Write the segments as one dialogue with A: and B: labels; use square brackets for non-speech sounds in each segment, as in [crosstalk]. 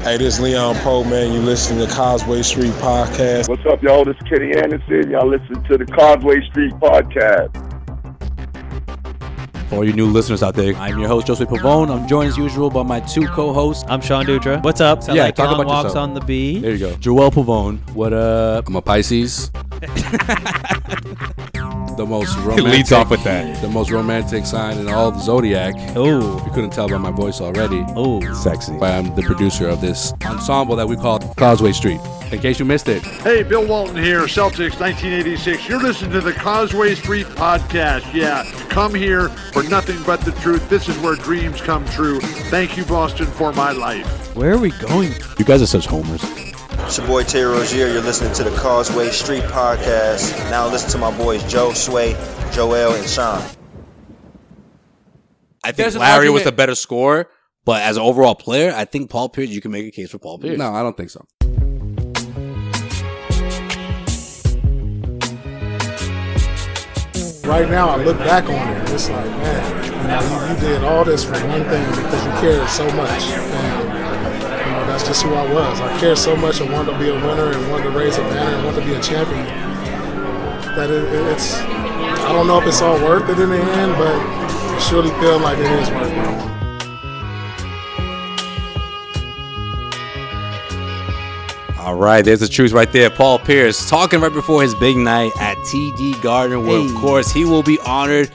A: Hey, this is Leon Poe, man. You listen to Causeway Street Podcast.
B: What's up, y'all? This is Kenny Anderson. Y'all listen to the Causeway Street Podcast.
C: For all you new listeners out there, I'm your host, Joseph Pavone. I'm joined as usual by my two co hosts.
D: I'm Sean Dutra. What's up? Sound
C: Yeah,
D: like
C: talk
D: John
C: about
D: walks
C: yourself.
D: on the bee.
C: There you go. Joel Pavone. What up?
E: I'm
D: [laughs]
E: a Pisces. the most romantic.
C: leads off with that.
E: The most romantic sign in all the zodiac.
D: Oh,
E: You couldn't tell by my voice already.
D: oh,
C: Sexy.
E: But I'm the producer of this ensemble that we call Causeway Street. In case you missed it,
F: Hey, Bill Walton here, Celtics 1986. You're listening to the Causeway Street Podcast. Yeah, come here for nothing but the truth. This is where dreams come true. Thank you, Boston, for my life.
D: where are we going?
C: You guys are such homers.
G: It's your boy Terry Rozier. You're listening to the Causeway Street Podcast. Now listen to my boys Joe Sway, Joel, and Sean.
H: I think
E: There's an
H: Larry was
E: argument-
H: the better scorer, but as an overall player, I think Paul Pierce. You can make a case for Paul Pierce.
E: no, I don't think so.
I: Right now, I look back on it, it's like, man, you, know, you, you did all this for one thing because you cared so much. And, you know, that's just who I was. I cared so much and wanted to be a winner and wanted to raise a banner and wanted to be a champion. That it, it- it's, I don't know if it's all worth it in the end, but I surely feel like it is worth it.
H: All right, there's the truth right there. Paul Pierce talking right before his big night at TD Garden, where of
D: Hey.
H: course he will be honored.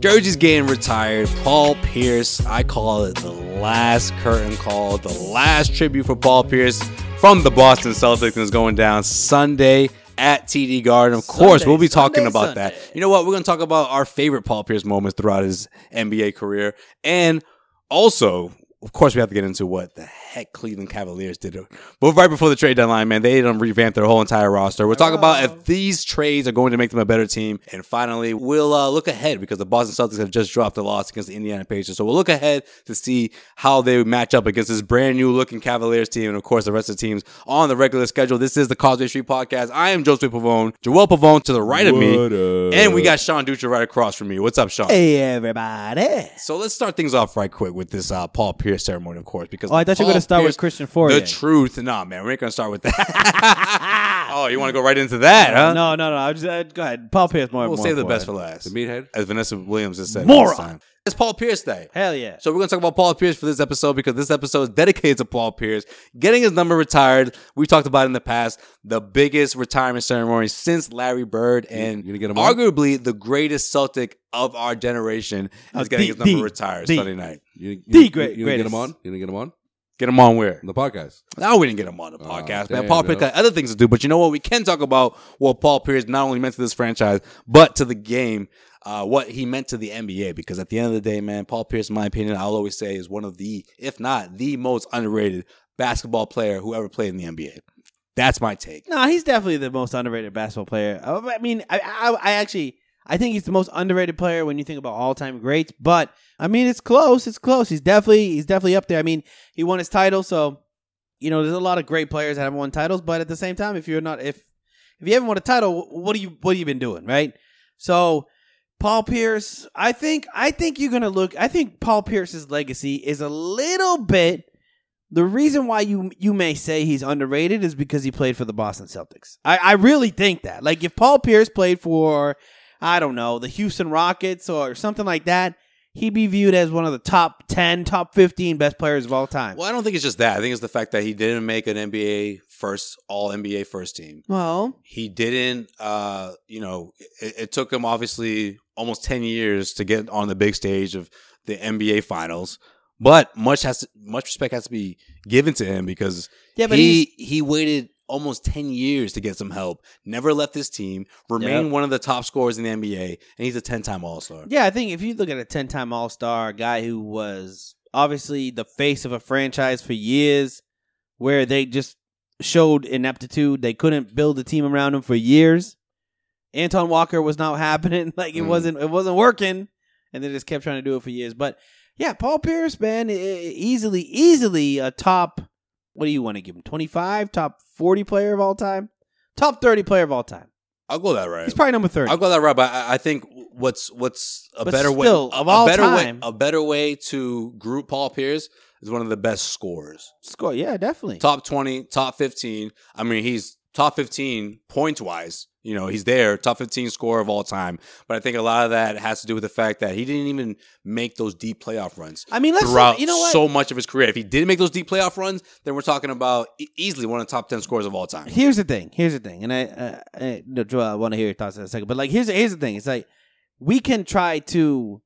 H: Dirge's getting retired. Paul Pierce, I call it the last curtain call, the last tribute for Paul Pierce from the Boston Celtics, and is going down Sunday at TD Garden. Of course,
D: Sunday,
H: we'll be talking
D: Sunday,
H: about
D: Sunday.
H: that. You know what? We're going to talk about our favorite Paul Pierce moments throughout his NBA career. And also, of course, we have to get into what the heck Cleveland Cavaliers did. But right before the trade deadline, man, they done revamped their whole entire roster. We'll talk about
D: Uh-huh.
H: if these trades are going to make them a better team. And finally, we'll uh, look ahead because the Boston Celtics have just dropped the loss against the Indiana Pacers. So we'll look ahead to see how they match up against this brand new looking Cavaliers team and, of course, the rest of the teams on the regular schedule. This is the Causeway Street Podcast. I am Joseph Pavone, Joel Pavone to the right of me.
E: What up?
H: And we got Sean Dutra right across from me. What's up, Sean?
D: Hey, everybody.
H: So let's start things off right quick with this uh, Paul Pierce ceremony, of course. Because
D: Oh, I thought you were
H: Paul
D: gonna start with
H: Pierce-
D: Christian Fourier.
H: The truth, nah, man, we ain't gonna start with that. [laughs] oh, you want to go right into that, huh?
D: No, no, no. I just, uh, go ahead. Paul Pierce more.
H: we'll
D: more
H: save the
D: important.
H: best for last.
E: The meathead?
D: Uh,
H: as Vanessa Williams has said,
D: Moron.
H: last time. It's Paul Pierce Day.
D: Hell yeah.
H: So we're gonna talk about Paul Pierce for this episode because this episode is dedicated to Paul Pierce getting his number retired. We talked about it in the past the biggest retirement ceremony since Larry Bird, and
E: you gonna get him on?
H: arguably the greatest Celtic of our generation
D: Uh,
H: is getting
D: the-
H: his number
D: the-
H: retired
D: the-
H: Sunday night.
E: You, you,
D: The
E: you-
D: great-
E: You, didn't get him on?
D: greatest.
E: You didn't get him on?
H: Get him on where?
E: On the podcast.
H: No, we didn't get him on the
E: Oh,
H: podcast, man.
E: damn,
H: Paul
E: yo.
H: Pierce got other things to do, but you know what? We can talk about what Paul Pierce not only meant to this franchise, but to the game, uh, what he meant to the NBA. Because at the end of the day, man, Paul Pierce, in my opinion, I'll always say is one of the, if not the most underrated basketball player who ever played in the NBA. That's my take.
D: No, he's definitely the most underrated basketball player. Uh, I mean, I, I, I actually, I think he's the most underrated player when you think about all time greats. But I mean, it's close. It's close. He's definitely, he's definitely up there. I mean, he won his title, so you know, there's a lot of great players that have won titles. But at the same time, if you're not, if if you haven't won a title, wh- what do you, what have you been doing, right? So. Paul Pierce, I think I think you're gonna look. I think Paul Pierce's legacy is a little bit the reason why you you may say he's underrated is because he played for the Boston Celtics. I, I really think that. Like if Paul Pierce played for, I don't know, the Houston Rockets or something like that, he'd be viewed as one of the top ten, top fifteen best players of all time.
H: Well, I don't think it's just that. I think it's the fact that he didn't make an NBA first, all NBA first team.
D: Well,
H: he didn't uh you know it, it took him obviously almost 10 years to get on the big stage of the NBA finals but much has to, much respect has to be given to him because
D: yeah, but
H: he he waited almost 10 years to get some help, never left his team, remained one of the top scorers in the NBA, and he's a 10 time All Star.
D: Yeah, I think if you look at a 10 time All Star, a guy who was obviously the face of a franchise for years, where they just showed ineptitude, they couldn't build a team around him for years. Anton Walker was not [laughs] happening. Like it
H: Mm.
D: wasn't it wasn't working, and they just kept trying to do it for years. But yeah, Paul Pierce, man, e- e- easily easily a top. What do you want to give him? Twenty five, top forty player of all time, top thirty player of all time.
H: I'll go that right.
D: He's probably number thirty.
H: I'll go that route, but I, I think what's what's a
D: But
H: better
D: still,
H: way
D: of
H: a,
D: all
H: better
D: time-
H: way a better way to group Paul Pierce is one of the best scorers.
D: Score, yeah, definitely.
H: Top twenty, top fifteen. I mean, he's top fifteen points wise. You know, he's there, top fifteen scorer of all time. But I think a lot of that has to do with the fact that he didn't even make those deep playoff runs
D: I mean, let's
H: throughout
D: you know what
H: so much of his career. If he didn't make those deep playoff runs, then we're talking about e- easily one of the top ten scorers of all time.
D: Here's the thing. Here's the thing, and I, uh, I no, Joel, I want to hear your thoughts in a second. But like, here's here's the thing. It's like we can try to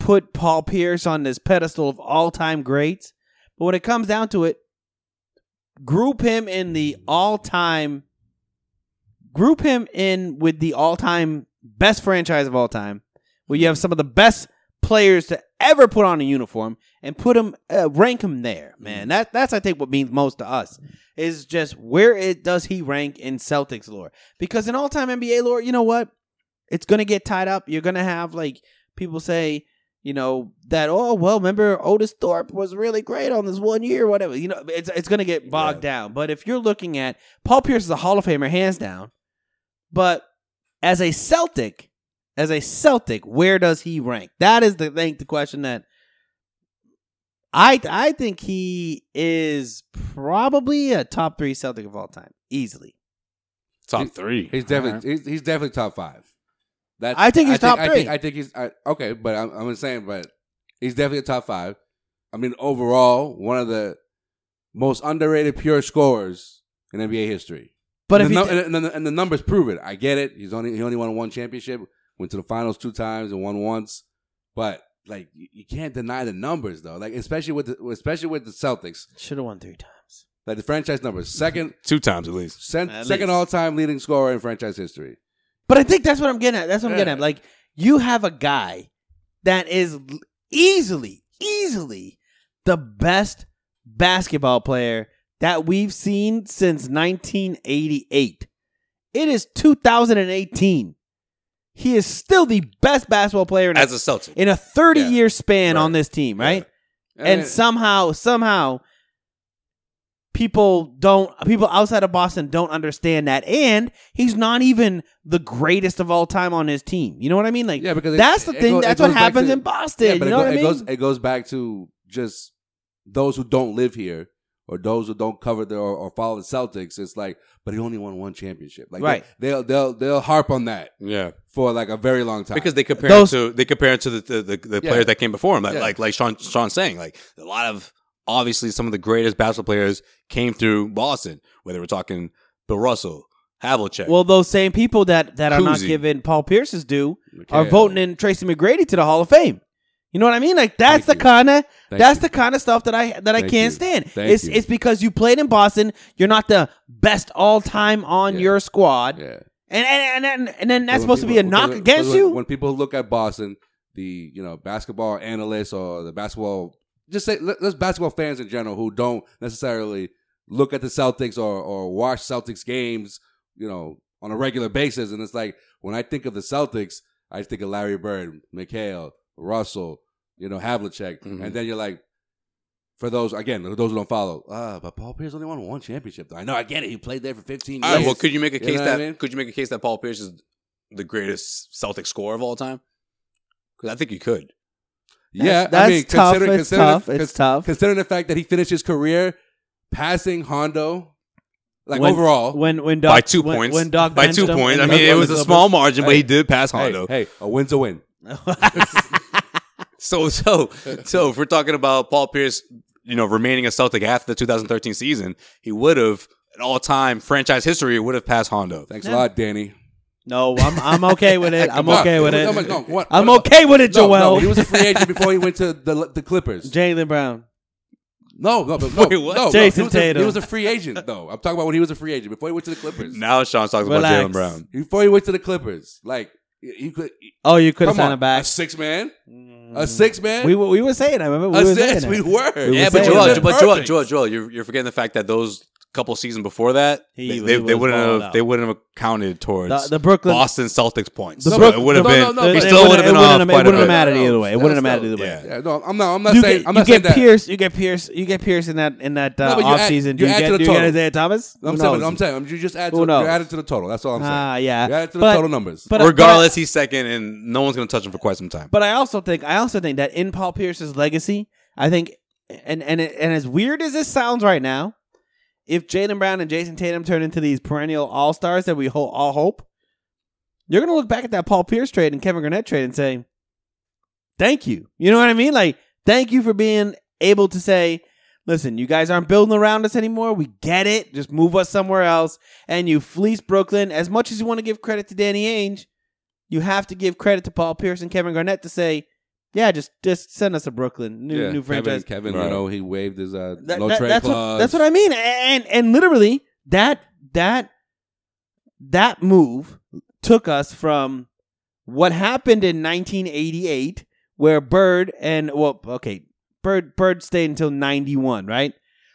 D: put Paul Pierce on this pedestal of all time greats, but when it comes down to it, group him in the all time, group him in with the all time best franchise of all time, where you have some of the best players to ever put on a uniform, and put him uh, rank him there, man. That that's I think what means most to us is just where it does he rank in Celtics lore? Because in all time NBA lore, you know what? It's gonna get tied up. You're gonna have like people say, you know, that oh well, remember Otis Thorpe was really great on this one year, whatever. You know, it's it's gonna get bogged down. But if you're looking at Paul Pierce is a Hall of Famer, hands down. But as a Celtic, as a Celtic, where does he rank? That is the thing, the question that I I think he is probably a top three Celtic of all time, easily.
H: Top three.
E: He's definitely he's, he's definitely top five. That's,
D: I think he's top
E: I
D: three.
E: think, I think he's I, okay, but I'm, I'm saying, but he's definitely a top five. I mean, overall, one of the most underrated pure scorers in NBA history.
D: But
E: and
D: if
E: the,
D: he
E: nu- and, the, and the numbers prove it. I get it. He's only he only won one championship, went to the finals two times and won once. But like you, you can't deny the numbers though. Like especially with the, especially with the Celtics,
D: should have won three times,
E: like the franchise numbers, second
H: Two times at least.
E: sen-
D: At
E: second
D: least.
E: all time leading scorer in franchise history.
D: but I think that's what I'm getting at. That's what I'm getting
E: Yeah.
D: at. Like you have a guy that is l- easily, easily the best basketball player that we've seen since 1988. It is 2018. He is still the best basketball player in a-
H: As a Celtic.
D: in a 30
E: Yeah.
D: year span on
E: Right.
D: this team, right?
E: Yeah.
D: And somehow, somehow, people don't, people outside of Boston don't understand that. And he's not even the greatest of all time on his team. You know what I mean? Like,
E: Yeah, because it-
D: that's the
E: it
D: thing.
E: go- it
D: that's what
E: goes back
D: happens
E: to-
D: in Boston. you
E: but it,
D: know
E: go-
D: what I
E: it
D: mean?
E: goes it goes back to just those who don't live here or those who don't cover the or, or follow the Celtics. It's like, but he only won one championship. Like
D: Right.
E: they, will they'll they'll harp on that
H: Yeah.
E: for like a very long time
H: because they compare
D: Those-
H: him to they compare him to the the, the, the
E: Yeah.
H: players that came before him, like
E: Yeah.
H: like like Sean Sean's saying, like a lot of obviously some of the greatest basketball players came through Boston. Whether we're talking Bill Russell, Havlicek,
D: well, those same people that, that are not
H: Kuzi.
D: giving Paul Pierce's due are
E: McHale.
D: voting in Tracy McGrady to the Hall of Fame. You know what I mean? Like that's
E: Thank
D: the kind of
E: Thank
D: that's
E: you.
D: the kind of stuff that I that I
E: Thank
D: can't
E: you.
D: stand.
E: Thank
D: it's
E: you.
D: it's because you played in Boston. You're not the best all time on
E: Yeah.
D: your squad,
E: yeah.
D: and, and and and and then that's
E: But when
D: supposed to be a
E: people-
D: knock
E: because-
D: against
E: because
D: you.
E: When, when people look at Boston, the you know basketball analysts or the basketball just say let, us basketball fans in general who don't necessarily look at the Celtics or or watch Celtics games, you know, on a regular basis, and it's like when I think of the Celtics, I just think of Larry Bird, McHale, Russell, you know, Havlicek,
D: Mm-hmm.
H: Mhm.
E: and then you're like. For those again, those who don't follow, uh, but Paul Pierce only won one championship. Though I know, I get it. He played there for fifteen
D: Ah,
H: All
E: years.
H: right, well, could you make a
E: You
H: case
E: know what I
H: that
E: mean?
H: could you make a case that Paul Pierce is the greatest Celtic scorer of all time? Because I think you could.
E: Yeah,
D: That's-
E: I mean,
D: that's tough.
E: considering-
D: It's
E: considering the-
D: tough. It's
E: cons-
D: tough.
E: Considering the fact that he finished his career passing Hondo, like overall,
D: when when Doc,
H: by two
D: when-
H: points,
D: when Doc
H: by
D: benched
H: two
D: him
H: points. I
D: and
H: mean,
D: Doc
H: it
D: won
H: was
D: the
H: a
D: Clippers.
H: small margin, but
E: Hey.
H: he did pass Hondo.
E: hey, hey, a win's a win.
H: So so so if we're talking about Paul Pierce, you know, remaining a Celtic after the 2013 season, he would have at all time franchise history would have passed Hondo.
E: Thanks a lot, Danny.
D: no, I'm I'm okay with it. I'm
E: Come on.
D: okay with
E: No, no,
D: it.
E: no, what-
D: I'm
E: what-
D: okay with it,
E: No, no,
D: Joel.
E: he was a free agent before he went to the the Clippers.
D: Jalen Brown.
E: No,
D: [laughs]
E: no, but no,
H: Wait, what?
E: no, no.
D: Jason
E: he was a-
D: Tatum.
E: he was a free agent, though. I'm talking about when he was a free agent before he went to the Clippers.
H: Now Sean's talking
D: Relax.
H: about Jalen Brown.
E: Before he went to the Clippers, like he could.
D: Oh, you could have
E: Come
D: signed
E: on,
D: him back. Mm.
E: a six man, a six man.
D: We, were- we were saying. I remember we
E: a
D: were
E: six.
D: saying.
E: We
D: it.
E: were.
D: We
H: Yeah,
D: were
H: but
D: saying
H: Joel,
D: that.
H: but Joel,
E: Perfect.
H: Joel, Joel, you're, you're forgetting the fact that those couple seasons before that,
D: He
H: they,
D: was-
H: they,
D: he
H: they
D: was
H: wouldn't
D: balled
H: have
D: out.
H: they wouldn't have counted towards
D: The- the Brooklyn-
H: Boston Celtics points.
D: The
H: So
D: Brook-
H: it would have
E: no,
H: been.
E: no, no,
H: it
E: but
H: still
D: it
H: would have been
D: wouldn't
H: off
D: have- it
H: quite
D: wouldn't
H: a
D: have
H: bit.
D: mattered either way. It wouldn't have mattered either way.
H: Yeah.
E: Yeah, no, I'm not. I'm not
D: You
E: saying.
D: get,
E: I'm
D: you
E: not saying
D: get
E: that.
D: Pierce. You get Pierce. You get Pierce in that in that uh,
E: No, but you
D: off
E: add-
D: season. Do
E: you
D: you
E: add
D: get
E: to the
D: do you get
E: total.
D: Isaiah Thomas?
E: No, I'm
D: Who
E: saying.
D: knows?
E: I'm saying. You just add to.
D: Who
E: You
D: knows?
E: add it to the total. That's all I'm saying.
D: Ah, yeah.
E: You add it to
D: But-
E: the total numbers.
D: but I-
H: Regardless, he's second, and no one's going to touch him for quite some time.
D: But I also think I also think that in Paul Pierce's legacy, I think, and and and as weird as this sounds right now, if Jalen Brown and Jason Tatum turn into these perennial all stars that we ho- all hope, you're gonna look back at that Paul Pierce trade and Kevin Garnett trade and say, "Thank you." You know what I mean? Like, thank you for being able to say. Listen, you guys aren't building around us anymore. We get it. Just move us somewhere else. And you fleece Brooklyn. As much as you want to give credit to Danny Ainge, you have to give credit to Paul Pierce and Kevin Garnett to say, yeah, just just send us to Brooklyn, new
E: Yeah,
D: new franchise.
E: Kevin, Kevin
H: Right.
E: Leno, he waived his uh,
D: That-
E: no
D: that-
E: trade
D: that's
E: clause.
D: what that's what I mean, and and literally that that that move took us from what happened in 1988, where Bird and well, okay, Bird Bird stayed until 91, right?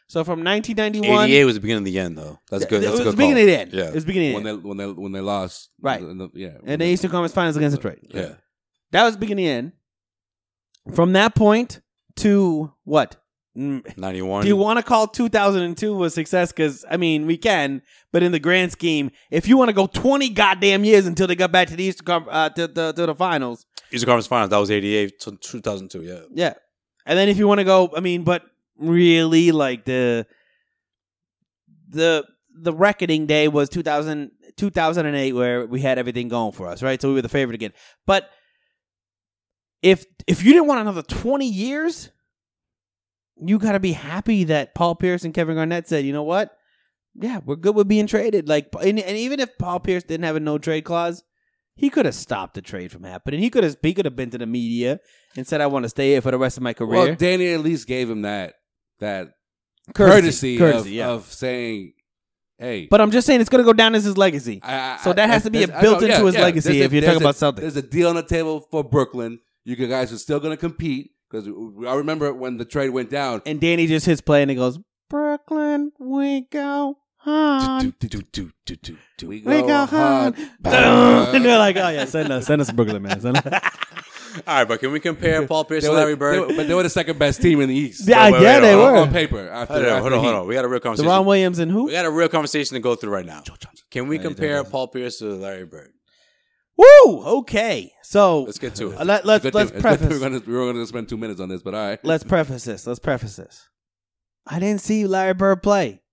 D: So from 1991,
H: 88 was the beginning of the end, though. That's good.
D: it
H: That's
D: was
H: a good
D: the beginning
H: call.
D: of the end.
H: Yeah.
D: it was the beginning of
E: when
D: the
E: they
D: end.
E: when they when they lost.
D: Right.
E: in the- yeah.
D: and the Eastern Conference Finals against Detroit.
E: Yeah.
D: That was the beginning and end. From that point to what? Mm,
H: 91.
D: Do you want to call 2002 a success? Because, I mean, we can, but in the grand scheme, if you want to go 20 goddamn years until they got back to the Eastern Conf- uh, to, to, to the finals,
H: Eastern Conference Finals. That was 88 to 2002. Yeah.
D: yeah. And then if you want to go, I mean, but really, like the the the reckoning day was 2000, 2008 where we had everything going for us, right? So we were the favorite again. But if if you didn't want another 20 years, you got to be happy that Paul Pierce and Kevin Garnett said, "You know what? Yeah, we're good with being traded." Like and, and even if Paul Pierce didn't have a no trade clause, he could have stopped the trade from happening. He could have he could have been to the media and said, "I want to stay here for the rest of my career."
E: Well, Danny at least gave him that that
D: Courtesy,
E: courtesy,
D: courtesy,
E: of,
D: yeah.
E: of saying, "Hey."
D: but I'm just saying it's going to go down as his legacy.
E: I- I-
D: so that has to be
E: there's-
D: a
E: I know,
D: built into his legacy
E: There's a-
D: if you're
E: there's
D: talking
E: a-
D: about Celtics.
E: There's a deal on the table for Brooklyn. You guys are still going to compete because I remember when the trade went down.
D: and Danny just hits play and it goes, "Brooklyn, we go [laughs] on."
E: We go,
D: We go
E: hard.
D: hard. [laughs] and they're like, oh, yeah, send us, send us Brooklyn, man. Send us.
H: All right, but can we compare
D: [laughs]
H: Paul Pierce
E: They
H: and
E: were,
H: Larry
E: they
H: Bird?
E: were- but they were the second best team in the East.
D: Yeah,
H: Wait, wait,
D: yeah,
H: wait,
D: they
H: hold
D: were.
H: on,
E: on paper. After,
H: Hold on,
E: after
H: hold on,
E: Heat.
H: hold on. We got a real conversation.
D: Deron Williams and who?
H: We got a real conversation to go through right now. Can we compare Paul Pierce to Larry Bird?
D: Woo! Okay, so
H: Let's get to it.
D: Uh, Let, let's
E: Good
D: let's
E: thing- good thing
D: preface.
E: We're going to we're gonna spend two minutes on this, but all right.
D: Let's preface this. Let's preface this. I didn't see Larry Bird play.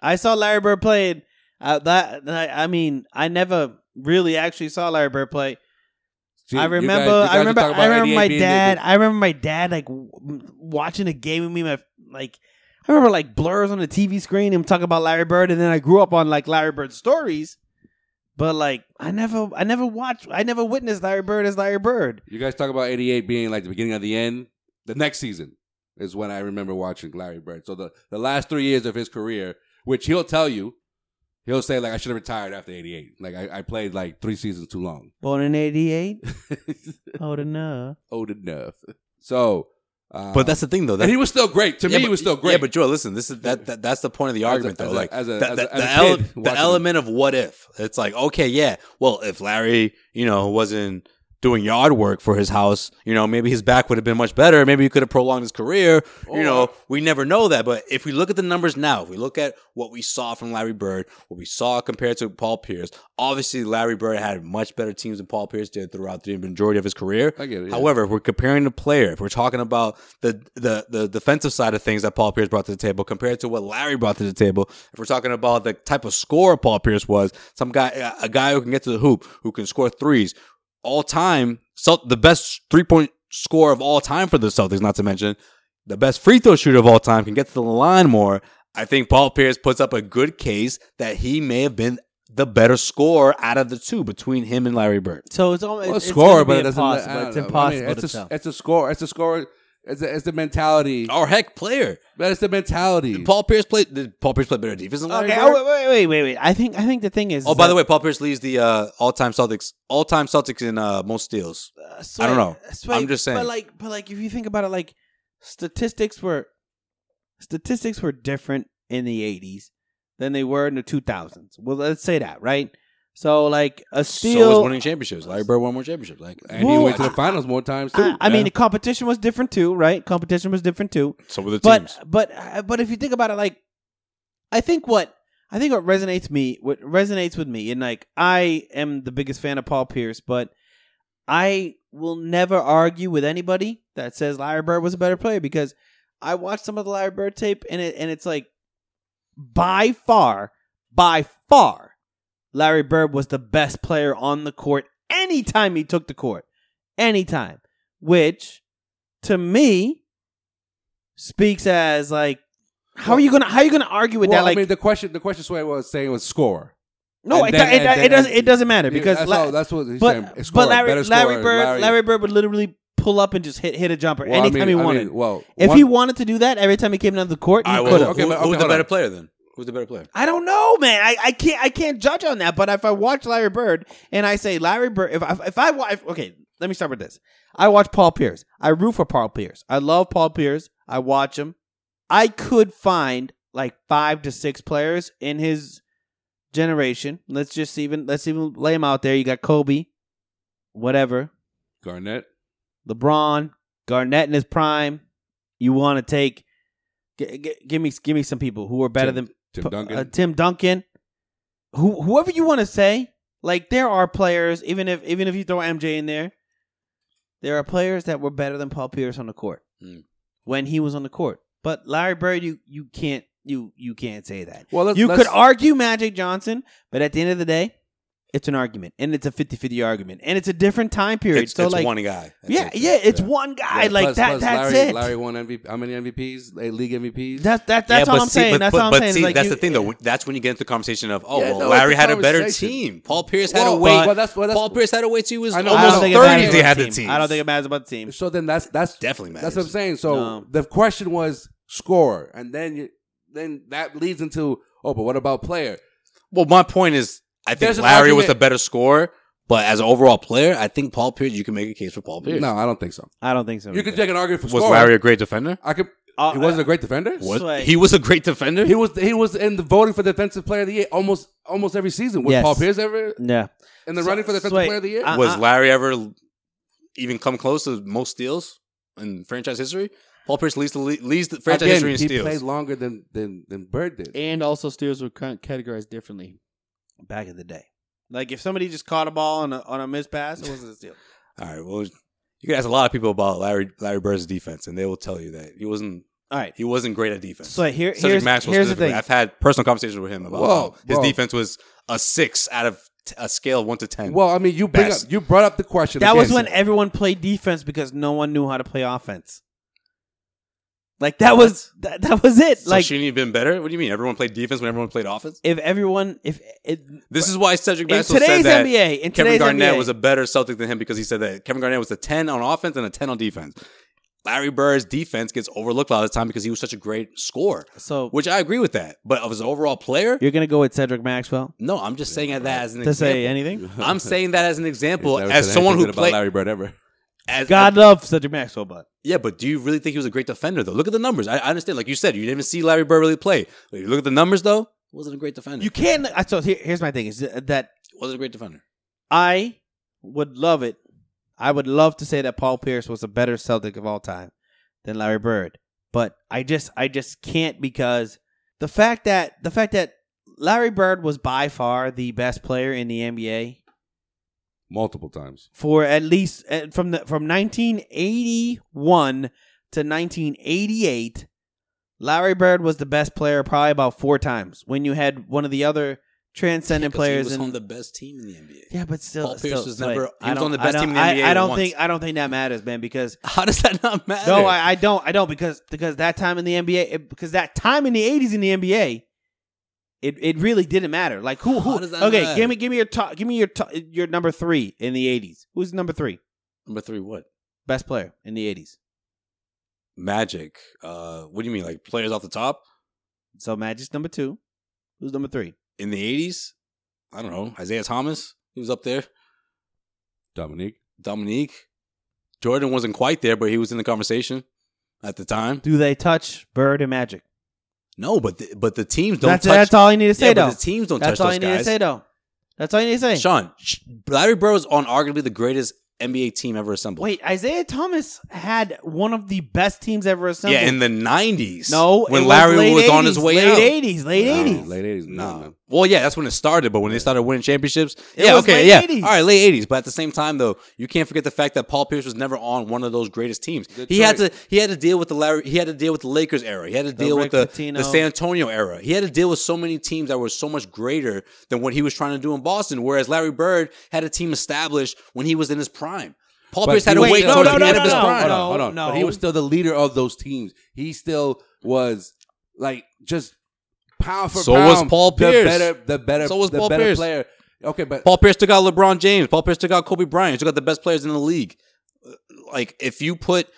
D: I saw Larry Bird play. and, Uh, that I, I mean, I never really actually saw Larry Bird play.
E: See,
D: I
E: you guys- you
D: remember,
E: guys
D: I
E: are
D: remember,
E: talking
D: I
E: about
D: remember
E: 88
D: my
E: being the-
D: dad. I remember my dad like w- watching a game with me. My like, I remember like blurs on the TV screen. Him talking about Larry Bird, and then I grew up on like Larry Bird stories. But like, I never, I never watched, I never witnessed Larry Bird as Larry Bird.
E: You guys talk about 88 being like the beginning of the end. The next season is when I remember watching Larry Bird. So the, the last three years of his career, which he'll tell you, he'll say, like, I should have retired after 88. Like, I, I played like three seasons too long.
D: Born in '88, old enough.
E: Old enough. So. Uh,
H: But that's the thing, though. That,
E: and he was still great. To
H: Yeah,
E: me,
H: but-
E: he was still great.
H: Yeah, but Joel, listen, this is that, that that's the point of the
E: As a-
H: argument,
E: as
H: though.
E: a-
H: like
E: as a-
H: the,
E: as a-
H: the-
E: as a
H: the ele-
E: kid
H: the
E: watching
H: element of what if. It's like, okay, yeah, well, if Larry, you know, wasn't doing yard work for his house, you know, maybe his back would have been much better. Maybe he could have prolonged his career.
E: Or-
H: you know, we never know that. But if we look at the numbers now, if we look at what we saw from Larry Bird, what we saw compared to Paul Pierce, obviously Larry Bird had much better teams than Paul Pierce did throughout the majority of his career.
E: I get it, yeah.
H: However, However, if we're comparing the player, if we're talking about the, the the defensive side of things that Paul Pierce brought to the table compared to what Larry brought to the table, if we're talking about the type of scorer Paul Pierce was, some guy, a guy who can get to the hoop, who can score threes, all time, Celt- the best three point scorer of all time for the Celtics, not to mention the best free throw shooter of all time, can get to the line more. I think Paul Pierce puts up a good case that he may have been the better scorer out of the two between him and Larry Bird.
D: So it's almost
E: Well,
D: it's
E: score,
D: gonna
E: but
D: be
E: it doesn't.
D: impossible.
E: I don't
D: it's
E: know. I mean,
D: impossible
E: it's,
D: to
E: a,
D: tell.
E: it's a score. It's a score. It's, the- it's the mentality.
H: Or heck, player.
E: But it's the mentality.
H: Did Paul Pierce play? Did Paul Pierce play better defense than Larry
D: Okay,
H: Bird?
D: oh, wait, wait, wait, wait. I think I think the thing is.
H: Oh, by the way, Paul Pierce leads the uh, all-time Celtics, all-time Celtics in uh, most steals. I don't know. I'm just saying.
D: But like, but like, if you think about it, like statistics were statistics were different in the '80s than they were in the 2000s. Well, let's say that, right? So, like a
H: So was
D: steal.
H: winning championships. Larry Bird won more championships. Like,
E: and he
D: Well,
E: went to the finals more times too.
D: I, I mean,
E: Yeah.
D: the competition was different too, right? Competition was different too.
H: so were the teams.
D: But but uh, but if you think about it, like I think what I think what resonates me what resonates with me, and like I am the biggest fan of Paul Pierce, but I will never argue with anybody that says Larry Bird was a better player because I watched some of the Larry Bird tape, and it and it's like by far, by far, Larry Bird was the best player on the court anytime he took the court, anytime, which to me speaks as like how are you gonna how are you gonna argue with
E: well,
D: that like
E: I mean, the question the question Sway was saying was score.
D: no it,
E: and then-
D: do- it,
E: and then-
D: it doesn't it doesn't matter
E: Yeah,
D: because
E: that's,
D: La-
E: all, that's what he's saying.
D: but,
E: It's
D: but
E: scorer,
D: Larry,
E: better scorer,
D: Larry Bird
E: Larry,
D: Larry Bird would literally pull up and just hit hit a jumper
E: Well, I
D: anytime
E: mean-
D: he
E: I mean,
D: wanted
E: well,
D: if
E: one-
D: he wanted to do that every time he came down the court he
H: I
D: could
H: will.
D: have
E: okay,
H: Who-
E: but- okay,
H: who's
E: hold
H: the
E: on.
H: better player then? Who's the better player?
D: I don't know, man. I, I can't I can't judge on that. But if I watch Larry Bird and I say Larry Bird, if I, if I wa- if, okay, let me start with this. I watch Paul Pierce. I root for Paul Pierce. I love Paul Pierce. I watch him. I could find like five to six players in his generation. Let's just even let's even lay him out there. You got Kobe, whatever,
E: Garnett.
D: LeBron, Garnett in his prime. You want to take? G- g- give me give me some people who are better
E: Tim-
D: than
E: Tim
D: P-
E: Duncan.
D: uh, Tim Duncan, who whoever you want to say, like there are players. Even if even if you throw MJ in there, there are players that were better than Paul Pierce on the court
H: Mm.
D: when he was on the court. But Larry Bird, you you can't you you can't say that.
E: well, let's,
D: You
E: let's-
D: could argue Magic Johnson, but at the end of the day, it's an argument, and it's a 50-50 argument, and it's a different time period.
H: It's,
D: so
H: it's
D: like,
H: one guy. That's
D: yeah,
H: it.
D: yeah, it's
H: Yeah.
D: one guy.
E: yeah,
D: like
E: plus-
D: that.
E: plus
D: that's
E: Larry,
D: it.
E: Larry won MVP. How many MVPs? Like, league MVPs.
D: That, that, that's
H: Yeah,
D: all
H: but
D: I'm
H: see-
D: saying.
H: but-
D: that's
H: but,
D: all I'm
H: but
D: saying. It's
H: See,
D: like
H: that's
D: you-
H: the thing, though. That's when you get into the conversation of, oh,
E: Yeah,
H: well,
E: no, it's
H: Larry
E: the
H: had a better
E: conversation.
H: team. Paul Pierce had
E: Well,
H: to wait.
E: well, that's- well, that's-
H: Paul Pierce had to wait till he was
E: I know,
D: I
H: almost
D: don't think it matters
H: 30 to
D: about
H: have
D: the
H: the team.
D: I don't think it matters about the team.
E: So then that's that's
H: Definitely matters.
E: That's what I'm saying. So
D: No.
E: the question was scorer, and then you, then that leads into oh, but what about player?
H: Well, my point is, I think
E: There's an
H: Larry was
E: argument-
H: the better scorer, but as an overall player, I think Paul Pierce, you can make a case for Paul Pierce.
E: No, I don't think so.
D: I don't think so.
E: You could take an argument for
H: Was
E: scorer.
H: Larry a great defender?
E: I could.
D: Uh,
E: he wasn't a great defender.
H: Was
D: Sway.
H: he was a great defender?
E: He was he was in the voting for defensive player of the year almost almost every season. Was
D: Yes.
E: Paul Pierce ever
D: Uh, Yeah.
E: in the
D: So-
E: running for defensive
D: Sway,
E: player of the year?
D: I-
H: was Larry ever even come close to most steals in franchise history? Paul Pierce leads the le- leads the franchise
E: Again,
H: history in
E: he
H: steals.
E: played longer than than than Bird did.
J: And also, steals were ca- categorized differently.
D: Back in the day. Like if somebody just caught a ball on a on a missed pass, it wasn't a steal.
H: All right, well, you can ask a lot of people about Larry Larry Bird's defense, and they will tell you that he wasn't
D: All right.
H: he wasn't great at defense.
D: So here,
H: Cedric
D: here's,
H: Maxwell
D: here's the
H: specifically.
D: thing.
H: I've had personal conversations with him about
E: Whoa,
H: how his
E: whoa.
H: defense was a six out of t- a scale of one to ten.
E: Well, I mean, you bring up,
H: Best.
E: you brought up the question.
D: That
E: again.
D: was when everyone played defense because no one knew how to play offense. Like that was that, that was it.
H: so
D: like
H: shouldn't he have been better? What do you mean? Everyone played defense when everyone played offense.
D: if everyone if it,
H: This is why Cedric
D: in
H: Maxwell said
D: today's
H: that
D: NBA, in
H: Kevin
D: today's
H: Garnett
D: NBA.
H: was a better Celtic than him because he said that Kevin Garnett was a 10 on offense and a 10 on defense. Larry Bird's defense gets overlooked a lot of the time because he was such a great scorer,
D: so
H: which I agree with that. But of his overall player,
D: you're gonna go with Cedric Maxwell
H: no, I'm just saying that as an
D: to
H: example.
D: say anything.
H: [laughs] I'm saying that as an example,
E: Never said
H: as someone
E: anything
H: who
E: good
H: played.
E: about Larry Bird ever.
H: as,
D: God love Cedric Maxwell, but
H: yeah, but do you really think he was a great defender though? Look at the numbers. I, I understand, like you said, you didn't even see Larry Bird really play. But you look at the numbers though, wasn't a great defender.
D: you can't. I- So here, here's my thing: is that
H: wasn't a great defender.
D: I would love it. I would love to say that Paul Pierce was a better Celtic of all time than Larry Bird, but I just I just can't because the fact that the fact that Larry Bird was by far the best player in the NBA
E: Multiple times.
D: for at least eh, from the from 1981 to 1988 Larry Bird was the best player probably about four times when you had one of the other transcendent
H: Because
D: players
H: he was
D: in
H: on the best team in the NBA.
D: yeah, but still,
H: Paul Pierce
D: still,
H: was
D: like,
H: never- he
D: I
H: was
D: don't-
H: on the
D: I
H: best
D: don't-
H: team in the
D: I-
H: NBA
D: I, don't
H: once.
D: think I don't think that matters, man. Because
H: [laughs] How does that not matter?
D: no, I, I don't, I don't because because that time in the NBA, it- because that time in the eighties in the NBA, it it really didn't matter. Like who
H: How
D: who?
H: does that
D: Okay,
H: matter?
D: give me give me your top, give me your top, your number three in the eighties. Who's number three
H: number three. What?
D: best player in the eighties?
H: Magic. Uh, what do you mean, like players off the top
D: So Magic's number two. Who's number three?
H: in the eighties? I don't know. Isaiah Thomas, he was up there.
E: Dominique.
H: Dominique. Jordan wasn't quite there, but he was in the conversation at the time.
D: Do they touch Bird and Magic?
H: No, but the, but the teams don't
D: that's,
H: touch.
D: that's all you need to say,
H: Yeah,
D: though.
H: but the teams don't
D: that's
H: touch
D: all
H: those
D: you need
H: guys.
D: to say, though. That's all you need to say.
H: Sean, sh- Larry Bird was on arguably the greatest NBA team ever assembled.
D: Wait, Isaiah Thomas had one of the best teams ever assembled.
H: yeah, in the nineties.
D: no,
H: when
D: it
H: Larry
D: late
H: was on
D: 80s,
H: his way
D: late
H: out.
D: eighties, late
H: No.
D: eighties.
E: Uh, Late eighties.
H: No.
E: No.
H: Well, yeah, that's when it started, but when they started winning championships,
D: It
H: yeah,
D: was
H: okay,
D: late
H: yeah,
D: 80s.
H: all right, late eighties. But at the same time, though, you can't forget the fact that Paul Pierce was never on one of those greatest teams. He had to
E: Detroit.
H: he had to deal with the Larry, he had to deal with the Lakers era, he had to deal
D: Rick
H: with the,
D: Pitino.
H: the San Antonio era, he had to deal with so many teams that were so much greater than what he was trying to do in Boston. Whereas Larry Bird had a team established when he was in his prime. Paul
E: But
H: Pierce had
E: he
H: to
E: was
H: wait
E: still-
H: until the
D: no, no,
H: end
D: no,
H: of his
D: no,
H: prime.
E: Hold on, hold on.
D: No,
E: But he was still the leader of those teams. He still was like just pound for
H: So
E: pound.
H: was Paul
E: The
H: Pierce.
E: better, the better,
H: So was
E: the
H: Paul
E: better
H: Pierce.
E: player. Okay, but
H: Paul Pierce took out LeBron James. Paul Pierce took out Kobe Bryant. He took out the best players in the league. Uh, Like if you put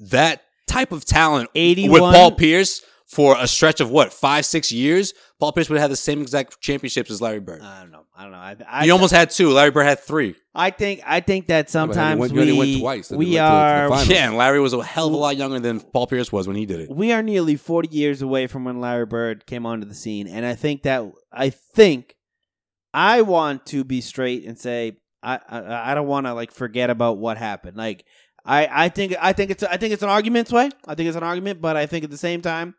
H: that type of talent
D: 81.
H: with Paul Pierce for a stretch of what five six years, Paul Pierce would have the same exact championships as Larry Bird.
D: I don't know. I don't know. I, Uh, I,
H: he almost had two. Larry Bird had three.
D: I think. I think that
E: but he
D: sometimes
E: went- he
D: we
E: only went twice, and he
D: we
E: went to- to the
D: are
E: finals.
H: Yeah, and Larry was a hell of a lot younger than Paul Pierce was when he did it.
D: we are nearly 40 years away from when Larry Bird came onto the scene. And I think that, I think I want to be straight and say, I, I, I don't want to like forget about what happened. Like, I, I think, I think it's, I think it's an argument's way. I think it's an argument, but I think at the same time,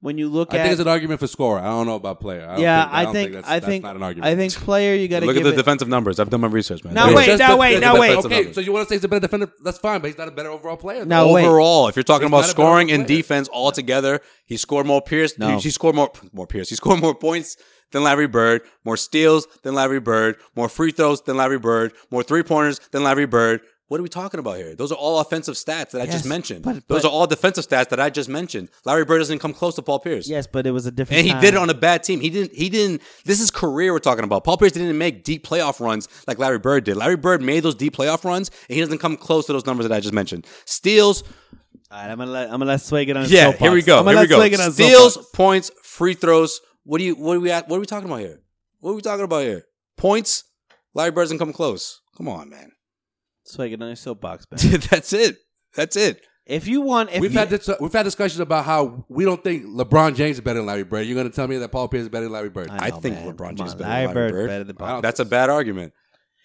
D: when you look
E: I
D: at,
E: think it's an argument for scorer. I don't know about player. I don't
D: yeah,
E: think, I,
D: I
E: don't
D: think,
E: that's,
D: I
E: that's
D: think,
E: not an argument.
D: I think player, you got to
H: Look at
D: give
H: the
D: it-
H: defensive numbers. I've done my research, man.
D: No,
H: They're
D: wait,
H: just-
D: no,
E: the-
D: wait,
E: the
D: no,
E: best
D: wait.
E: defensive
H: Okay,
E: Okay, so you want to say he's a better defender? That's fine, but he's not a better overall player.
D: No, wait.
H: overall, if you're talking
E: He's
H: about
E: not a better
H: scoring and
E: player.
H: defense altogether, he scored more Pierce.
D: No.
H: He, he scored more more Pierce. He scored more points than Larry Bird, more steals than Larry Bird, more free throws than Larry Bird, more three pointers than Larry Bird. What are we talking about here? Those are all offensive stats that I
D: Yes,
H: just mentioned.
D: but-
H: Those
D: but-
H: are all defensive stats that I just mentioned. Larry Bird doesn't come close to Paul Pierce.
D: yes, but it was a different,
H: And he
D: time.
H: did it on a bad team. He didn't. He didn't. This is career we're talking about. Paul Pierce didn't make deep playoff runs like Larry Bird did. Larry Bird made those deep playoff runs, and he doesn't come close to those numbers that I just mentioned. Steals,
D: All right, I'm gonna let, I'm gonna let Sway get on. his
H: yeah,
D: soapbox.
H: here we go.
D: I'm gonna
H: Here we
D: let Sway get
H: go.
D: on his
H: Steals,
D: soapbox.
H: points, free throws. What do you? What are we? At, what are we talking about here? What are we talking about here? Points. Larry Bird doesn't come close. Come on, man. [laughs]
D: Sway get on his soapbox, man.
H: That's it. That's it.
D: If you want, if
E: We've
D: you,
E: had this, uh, we've had discussions about how we don't think LeBron James is better than Larry Bird. You're going to tell me that Paul Pierce is better than Larry Bird?
H: I think LeBron
D: Come
H: James
D: on,
H: better than Larry Bird.
D: better than
E: I don't
D: Paul.
H: That's a bad argument.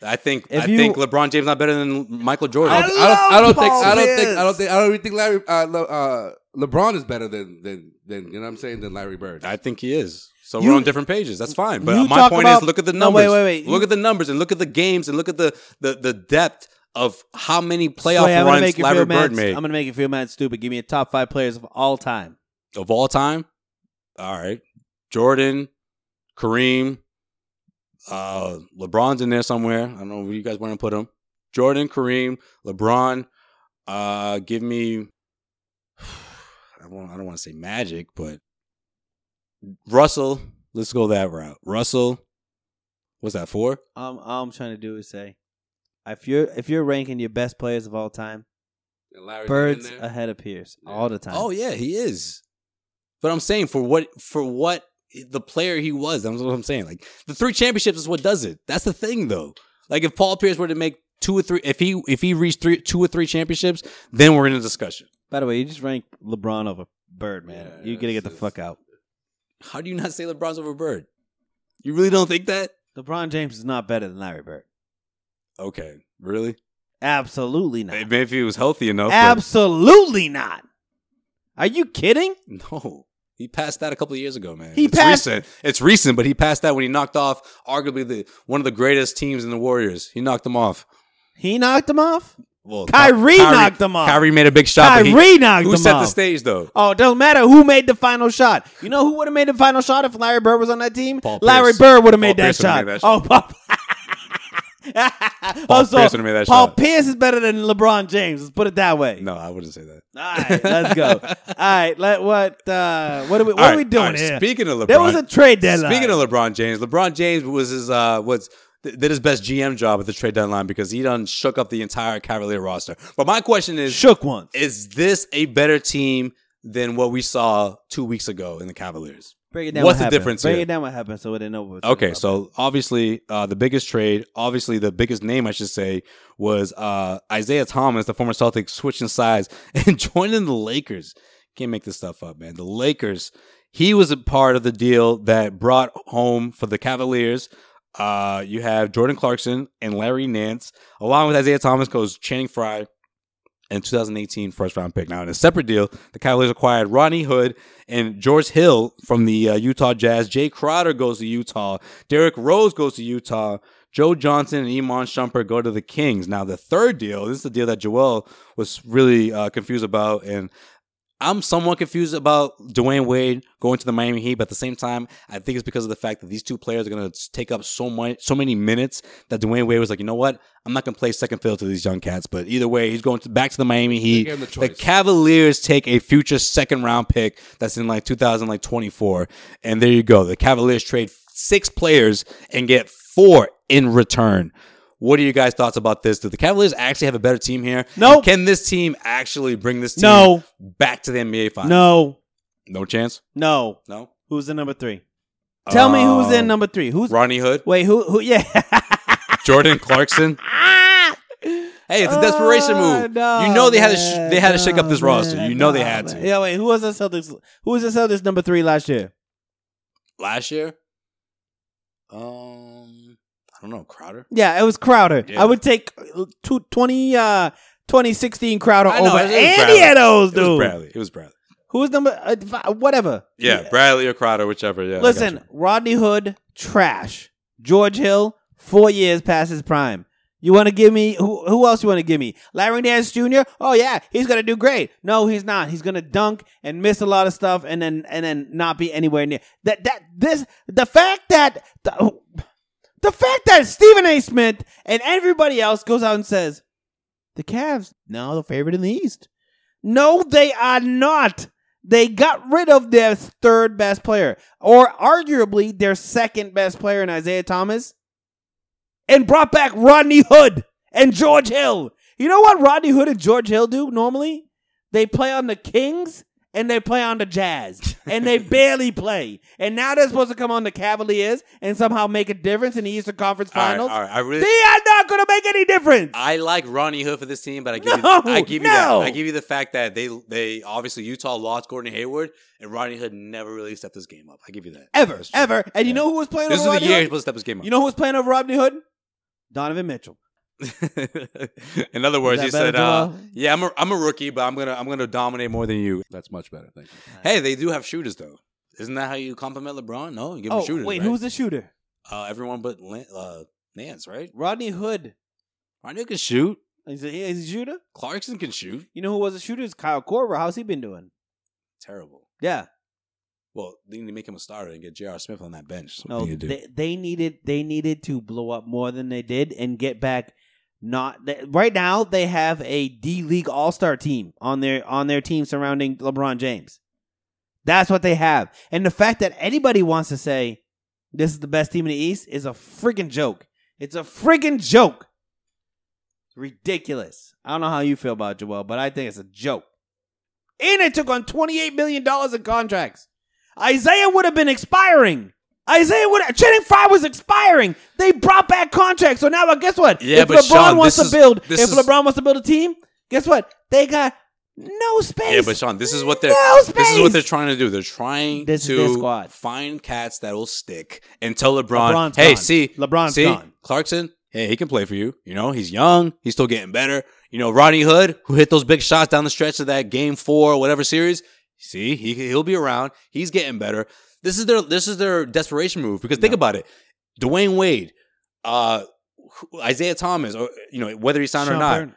H: I think.
D: If
H: I
D: you-
H: think LeBron James not better than Michael Jordan.
E: I don't, I don't, I don't think. I
D: Paul
E: don't think. I don't
D: Pierce.
E: think. I don't even think Larry. Uh, Le, uh, LeBron is better than than than you know what I'm saying than Larry Bird.
H: I think he is. So
D: You-
H: we're on different pages. That's fine. But
D: you
H: my
D: talk
H: point
D: about-
H: is, look at the
D: No,
H: numbers.
D: wait, wait, wait.
H: Look
D: You-
H: at the numbers and look at the games and look at the the, the depth of how many playoff
D: Sway, I'm gonna
H: runs
D: make you
H: Larry
D: feel
H: Bird
D: mad.
H: made
D: I'm gonna make you feel mad, stupid. Give me a top five players of all time.
H: of all time. All right, Jordan, Kareem, uh, LeBron's in there somewhere. I don't know where you guys want to put him. Jordan, Kareem, LeBron. Uh, give me. [sighs] I don't. I don't want to say Magic, but Russell. Let's go that route. Russell. What's that for?
D: Um, all I'm trying to do is say, if you're if you're ranking your best players of all time,
E: And Larry's
D: Bird's
E: in there.
D: ahead of Pierce
E: Yeah.
D: all the time.
H: Oh yeah, he is. But I'm saying for what for what the player he was. That's what I'm saying. Like the three championships is what does it. That's the thing though. Like if Paul Pierce were to make two or three, if he if he reached three two or three championships, then we're in a discussion.
D: By the way, you just ranked LeBron over Bird, man.
E: Yeah,
D: you gotta get the
E: it's-
D: fuck out.
H: How do you not say LeBron's over Bird? You really don't think that?
D: LeBron James is not better than Larry Bird.
H: Okay, really?
D: Absolutely not.
H: Maybe if he was healthy enough. but-
D: Absolutely not. Are you kidding?
H: No. He passed that a couple of years ago, man.
D: He
H: it's
D: passed-
H: recent. It's recent, but he passed that when he knocked off arguably the one of the greatest teams in the Warriors. He knocked them off.
D: He knocked him off.
H: Well,
D: Kyrie knocked him off.
H: Kyrie made a big shot. but he-
D: Kyrie knocked
H: who
D: him
H: set the
D: off.
H: stage though?
D: Oh, it doesn't matter who made the final shot. You know who would have made the final shot if Larry Bird was on that team?
H: Paul
D: Larry
H: Pierce.
D: Bird would have
H: Paul
D: made, that
H: Pierce
D: shot.
H: would've made that
D: Oh, Paul. [laughs]
H: Paul
D: Also,
H: Pierce would've made that
D: Paul
H: shot.
D: Pierce is better than LeBron James. Let's put it that way.
H: No, I wouldn't say that.
D: All right, let's
H: [laughs]
D: go. All right, let what uh, what are we what
H: All
D: are we
H: right,
D: doing
H: all right,
D: here?
H: Speaking of LeBron,
D: there was a trade deadline.
H: Speaking of LeBron James, LeBron James was his uh was th- did his best GM job at the trade deadline because he done shook up the entire Cavalier roster. But my question is,
D: shook once.
H: Is this a better team than what we saw two weeks ago in the Cavaliers?
D: Break it down.
H: What's
D: what
H: the
D: happened.
H: difference
D: Break
H: here?
D: it down. What happened? So we didn't know. What was
H: Okay,
D: going on.
H: so obviously uh, the biggest trade, obviously the biggest name I should say, was uh, Isaiah Thomas, the former Celtic, switching sides [laughs] and joining the Lakers. Can't make this stuff up, man. The Lakers. He was a part of the deal that brought home for the Cavaliers. Uh, you have Jordan Clarkson and Larry Nance, along with Isaiah Thomas, goes Channing Frye, and 2018 first round pick. Now, in a separate deal, the Cavaliers acquired Ronnie Hood and George Hill from the uh, Utah Jazz. Jay Crowder goes to Utah. Derrick Rose goes to Utah. Joe Johnson and Iman Shumpert go to the Kings. Now, the third deal, this is the deal that Joel was really uh, confused about. And I'm somewhat confused about Dwayne Wade going to the Miami Heat, but at the same time, I think it's because of the fact that these two players are going to take up so much, so many minutes that Dwayne Wade was like, you know what, I'm not going to play second fiddle to these young cats. But either way, he's going to, back to the Miami Heat.
E: gave him the
H: the
E: choice.
H: Cavaliers take a future second round pick that's in like 2024, and there you go. The Cavaliers trade six players and get four in return. What are you guys' thoughts about this? Do the Cavaliers actually have a better team here?
D: Nope.
H: Can this team actually bring this team
D: No.
H: back to the NBA Finals?
D: no,
H: No chance?
D: no.
H: No.
D: Who's the number three? Tell me who's in
H: Um,
D: number three. Who's
H: Ronnie Hood,
D: wait? Who? Who? Yeah. [laughs]
H: Jordan Clarkson. [laughs] Hey, it's a desperation
D: Oh,
H: move.
D: no,
H: you know they had to sh-
D: man.
H: they had to shake up
D: No,
H: this roster.
D: man.
H: You know they
D: No,
H: had to.
D: man. Yeah. Wait. Who was the Celtics? Who was the Celtics number three last year?
H: Last year, um, I don't know Crowder.
D: Yeah, it was Crowder.
H: Yeah.
D: I would take two, 20, uh, 2016 Crowder
H: I know,
D: over
H: it was
D: any of
H: Crowder.
D: those,
H: It was
D: dude.
H: Bradley. It was Bradley.
D: Who was number uh, fi- whatever?
H: Yeah, Bradley or Crowder, whichever. Yeah. I
D: Listen,
H: got you.
D: Rodney Hood, trash. George Hill, four years past his prime. You want to give me who? Who else you want to give me? Larry Nance Jr. Oh yeah, he's gonna do great. No, he's not. He's gonna dunk and miss a lot of stuff, and then and then not be anywhere near that. That this the fact that the, the fact that Stephen A. Smith and everybody else goes out and says the Cavs now the favorite in the East. No, they are not. They got rid of their third best player, or arguably their second best player in Isaiah Thomas, and brought back Rodney Hood and George Hill. You know what Rodney Hood and George Hill do normally? They play on the Kings and they play on the Jazz,
H: [laughs]
D: and they barely play. And now they're supposed to come on the Cavaliers and somehow make a difference in the Eastern Conference
H: All right,
D: Finals.
H: all right. Uh, I really.
D: They are not going to make any difference.
H: I like Ronnie Hood for this team, but I give
D: No,
H: you, I give you that.
D: no.
H: I give you the fact that they they obviously Utah lost Gordon Hayward and Ronnie Hood never really stepped this game up. I give you that.
D: ever,
H: That's true.
D: ever. And you
H: Yeah.
D: know who was playing
H: This is
D: over
H: the
D: Rodney
H: year he's
D: Hood?
H: supposed to step his game up.
D: You know who was playing over Rodney Hood? Donovan Mitchell.
H: [laughs] In other words,
D: that
H: he said,
D: better,
H: uh,
D: Joel?
H: "Yeah, I'm a, I'm a rookie, but I'm gonna I'm gonna dominate more than you."
E: That's much better. Thank you.
H: Hey, they do have shooters though. Isn't that how you compliment LeBron? No, you give him
D: Oh,
H: shooters.
D: wait,
H: right?
D: who's the shooter?
H: uh, everyone but Lan- uh, Nance, right?
D: Rodney Hood.
H: Arnold can shoot.
D: Is he, is he a shooter?
H: Clarkson can shoot.
D: You know who was a shooter? Is Kyle Korver. How's he been doing?
H: Terrible.
D: Yeah.
H: Well, they need to make him a starter and get J.R. Smith on that bench.
D: No,
H: Something you do.
D: they, they needed they needed to blow up more than they did and get back. Not they, right now, they have a D League All Star team on their on their team surrounding LeBron James. That's what they have, and the fact that anybody wants to say this is the best team in the East is a freaking joke. It's a freaking joke. Ridiculous. I don't know how you feel about it, Joel, but I think it's a joke. And they took on twenty eight million dollars in contracts. Isaiah would have been expiring. Isaiah would Channing Frye was expiring. They brought back contracts. So now uh, guess what?
H: Yeah,
D: if
H: but
D: LeBron
H: Sean,
D: wants to
H: this is-
D: build, if
H: this is-
D: LeBron wants to build a team, guess what? They got no space.
H: Yeah, but Sean, this is what they're
D: No
H: this is what
D: space.
H: they're trying to do. They're trying
D: This is their
H: to
D: squad.
H: find cats that will stick and tell LeBron,
D: LeBron's
H: "Hey,
D: gone.
H: see,
D: LeBron's
H: see,
D: gone."
H: Clarkson, hey, he can play for you. You know, he's young, he's still getting better. You know, Rodney Hood, who hit those big shots down the stretch of that game four or whatever series, see, he he'll be around. He's getting better. This is their this is their desperation move because think about it, Dwayne Wade, uh, who- Isaiah Thomas, or you know whether he signed or not.
D: Shumpert.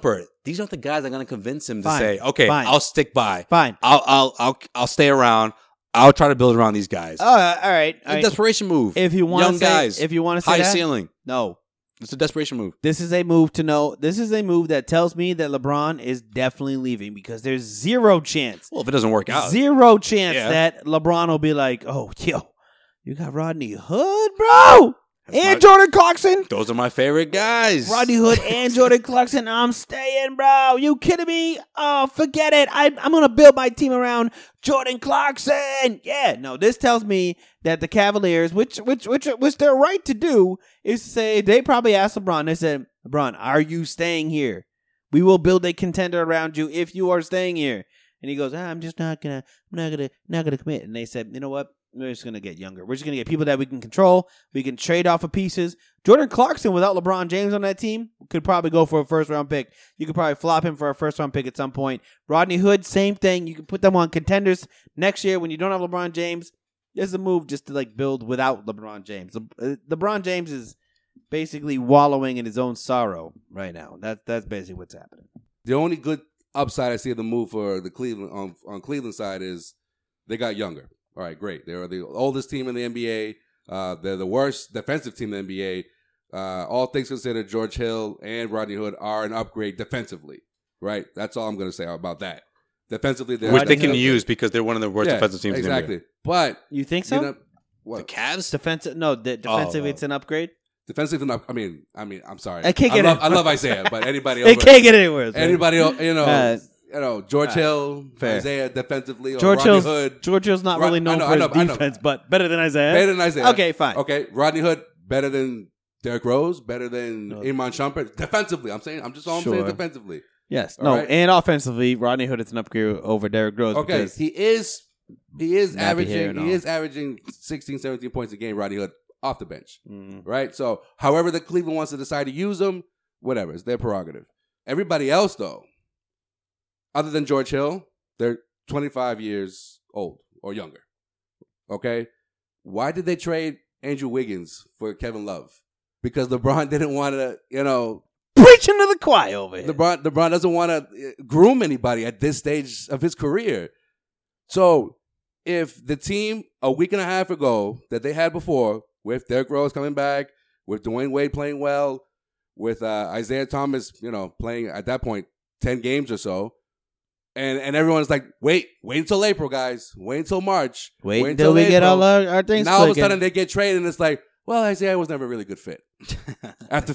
H: Shumpert, these aren't the guys that are going to convince him
D: Fine,
H: to say, "Okay,
D: fine.
H: I'll stick by.
D: Fine.
H: I'll I'll I'll I'll stay around. I'll try to build around these guys.
D: Uh, all right.
H: it's
D: all
H: a
D: right.
H: desperation move.
D: If you want
H: young
D: to say,
H: guys,
D: if you want to say
H: high
D: that,
H: ceiling,
D: no.
H: it's a desperation move.
D: This is a move to know. This is a move that tells me that LeBron is definitely leaving because there's zero chance
H: Well, if it doesn't work out,
D: Zero chance
H: Yeah.
D: that LeBron will be like, oh, yo, you got Rodney Hood, bro. and Jordan Clarkson,
H: Those are my favorite guys.
D: Rodney Hood, and Jordan Clarkson. I'm staying, bro. You kidding me? Oh, forget it. I, I'm gonna build my team around Jordan Clarkson. Yeah, no. This tells me that the Cavaliers, which which which which their right to do, is to say they probably asked LeBron. They said, LeBron, are you staying here? We will build a contender around you if you are staying here. And he goes, ah, I'm just not gonna, I'm not gonna, not gonna commit. And they said, you know what? We're just gonna get younger. We're just gonna get people that we can control. We can trade off of pieces. Jordan Clarkson without LeBron James on that team could probably go for a first round pick. You could probably flop him for a first round pick at some point. Rodney Hood, same thing. You can put them on contenders next year when you don't have LeBron James. There's a move just to like build without LeBron James. Le- uh, LeBron James is basically wallowing in his own sorrow right now. That that's basically what's happening.
E: The only good upside I see of the move for the Cleveland on, on Cleveland side is they got younger. All right, great. They are the oldest team in the NBA. Uh, they're the worst defensive team in the NBA. Uh, all things considered, George Hill and Rodney Hood are an upgrade defensively. Right. That's all I'm going to say about that. Defensively, they're
H: Which they can use because they're one of the worst
E: Yeah,
H: defensive teams
E: Exactly.
H: in
E: But
D: You think so?
E: you know, what?
H: the NBA. The
D: [laughs]
H: Cavs?
D: Defensive? No, de- defensively,
H: oh.
D: it's an upgrade.
E: defensive enough. I mean, I mean, I'm sorry.
D: I can't get
E: love,
D: it.
E: I love Isaiah, but anybody
D: It
E: else,
D: can't get anywhere. else, man.
E: anybody else, you know,
D: Uh,
E: you know, George Hill,
D: fair.
E: Isaiah defensively, or
D: George
E: Rodney
D: Hill's,
E: Hood,
D: George Hill's not
E: Ro-
D: really
E: I
D: known
E: know,
D: for
E: I
D: his
E: know, I know.
D: defense, but better than Isaiah.
E: better than Isaiah.
D: Okay, fine.
E: Okay, Rodney Hood better than Derrick Rose, better than Iman Shumpert defensively. I'm saying, I'm just all I'm saying
D: Sure.
E: defensively.
D: Yes.
E: All
D: no.
E: right.
D: And offensively, Rodney Hood is an upgrade over Derrick Rose.
E: Okay,
D: because-
E: he is he is
D: Nappy hair
E: averaging
D: and
E: he
D: all.
E: is averaging 16, 17 points a game. Rodney Hood off the bench,
D: Mm.
E: right? So, however, the Cleveland wants to decide to use him, whatever, it's their prerogative. Everybody else, though, other than George Hill, they're 25 years old or younger. Okay, why did they trade Andrew Wiggins for Kevin Love? Because LeBron [laughs] didn't want to, you know,
D: preaching to the choir over here.
E: LeBron LeBron doesn't want to groom anybody at this stage of his career. So if the team a week and a half ago that they had before, with Derrick Rose coming back, with Dwayne Wade playing well, with uh, Isaiah Thomas, you know, playing at that point ten games or so, and and everyone's like, wait, wait until April, guys, wait until March,
D: Wait until we get
E: April."
D: all our, our things.
E: now all of a
D: clicking.
E: sudden they get traded, and it's like, well, Isaiah was never a really good fit after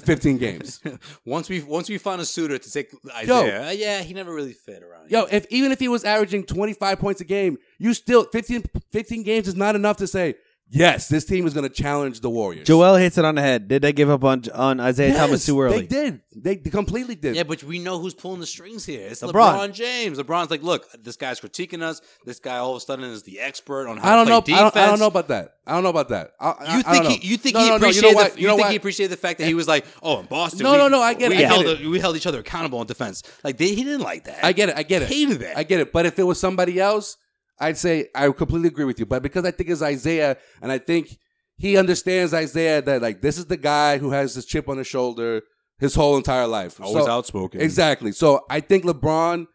D: [laughs]
E: 15 games.
H: [laughs] once we once we found a suitor to take
E: Yo.
H: Isaiah, uh, yeah, he never really fit around.
E: Yo,
H: here.
E: if even if he was averaging 25 points a game, you still 15, 15 games is not enough to say, yes, this team is going to challenge the Warriors.
D: Joel hits it on the head. Did they give up on on Isaiah
E: Yes,
D: Thomas too early?
E: They did. They completely did.
H: yeah, but we know who's pulling the strings here. It's
D: LeBron.
H: LeBron, James. LeBron's like, look, this guy's critiquing us. This guy all of a sudden is the expert on how
E: I don't
H: to
E: know.
H: play
E: I don't,
H: defense.
E: I don't know about that. I don't know about that. I, I-
H: You
E: I don't
H: think
E: know.
H: he? You think
E: No,
H: he
E: no, no,
H: appreciated?
E: you know
H: the,
E: what?
H: you
E: You know
H: think
E: what?
H: he appreciated the fact that he was like, "Oh, in Boston,
E: No,
H: we,
E: no, no, I get it,
H: we
E: I get
H: held
E: it.
H: the- we held each other accountable on defense. Like they, he didn't like that.
E: I get it. I get it.
H: Hated that.
E: I get it. But if it was somebody else, I'd say I would completely agree with you. But because I think it's Isaiah, and I think he understands Isaiah that like this is the guy who has this chip on his shoulder his whole entire life.
H: Always
E: So-
H: outspoken.
E: Exactly. So I think LeBron,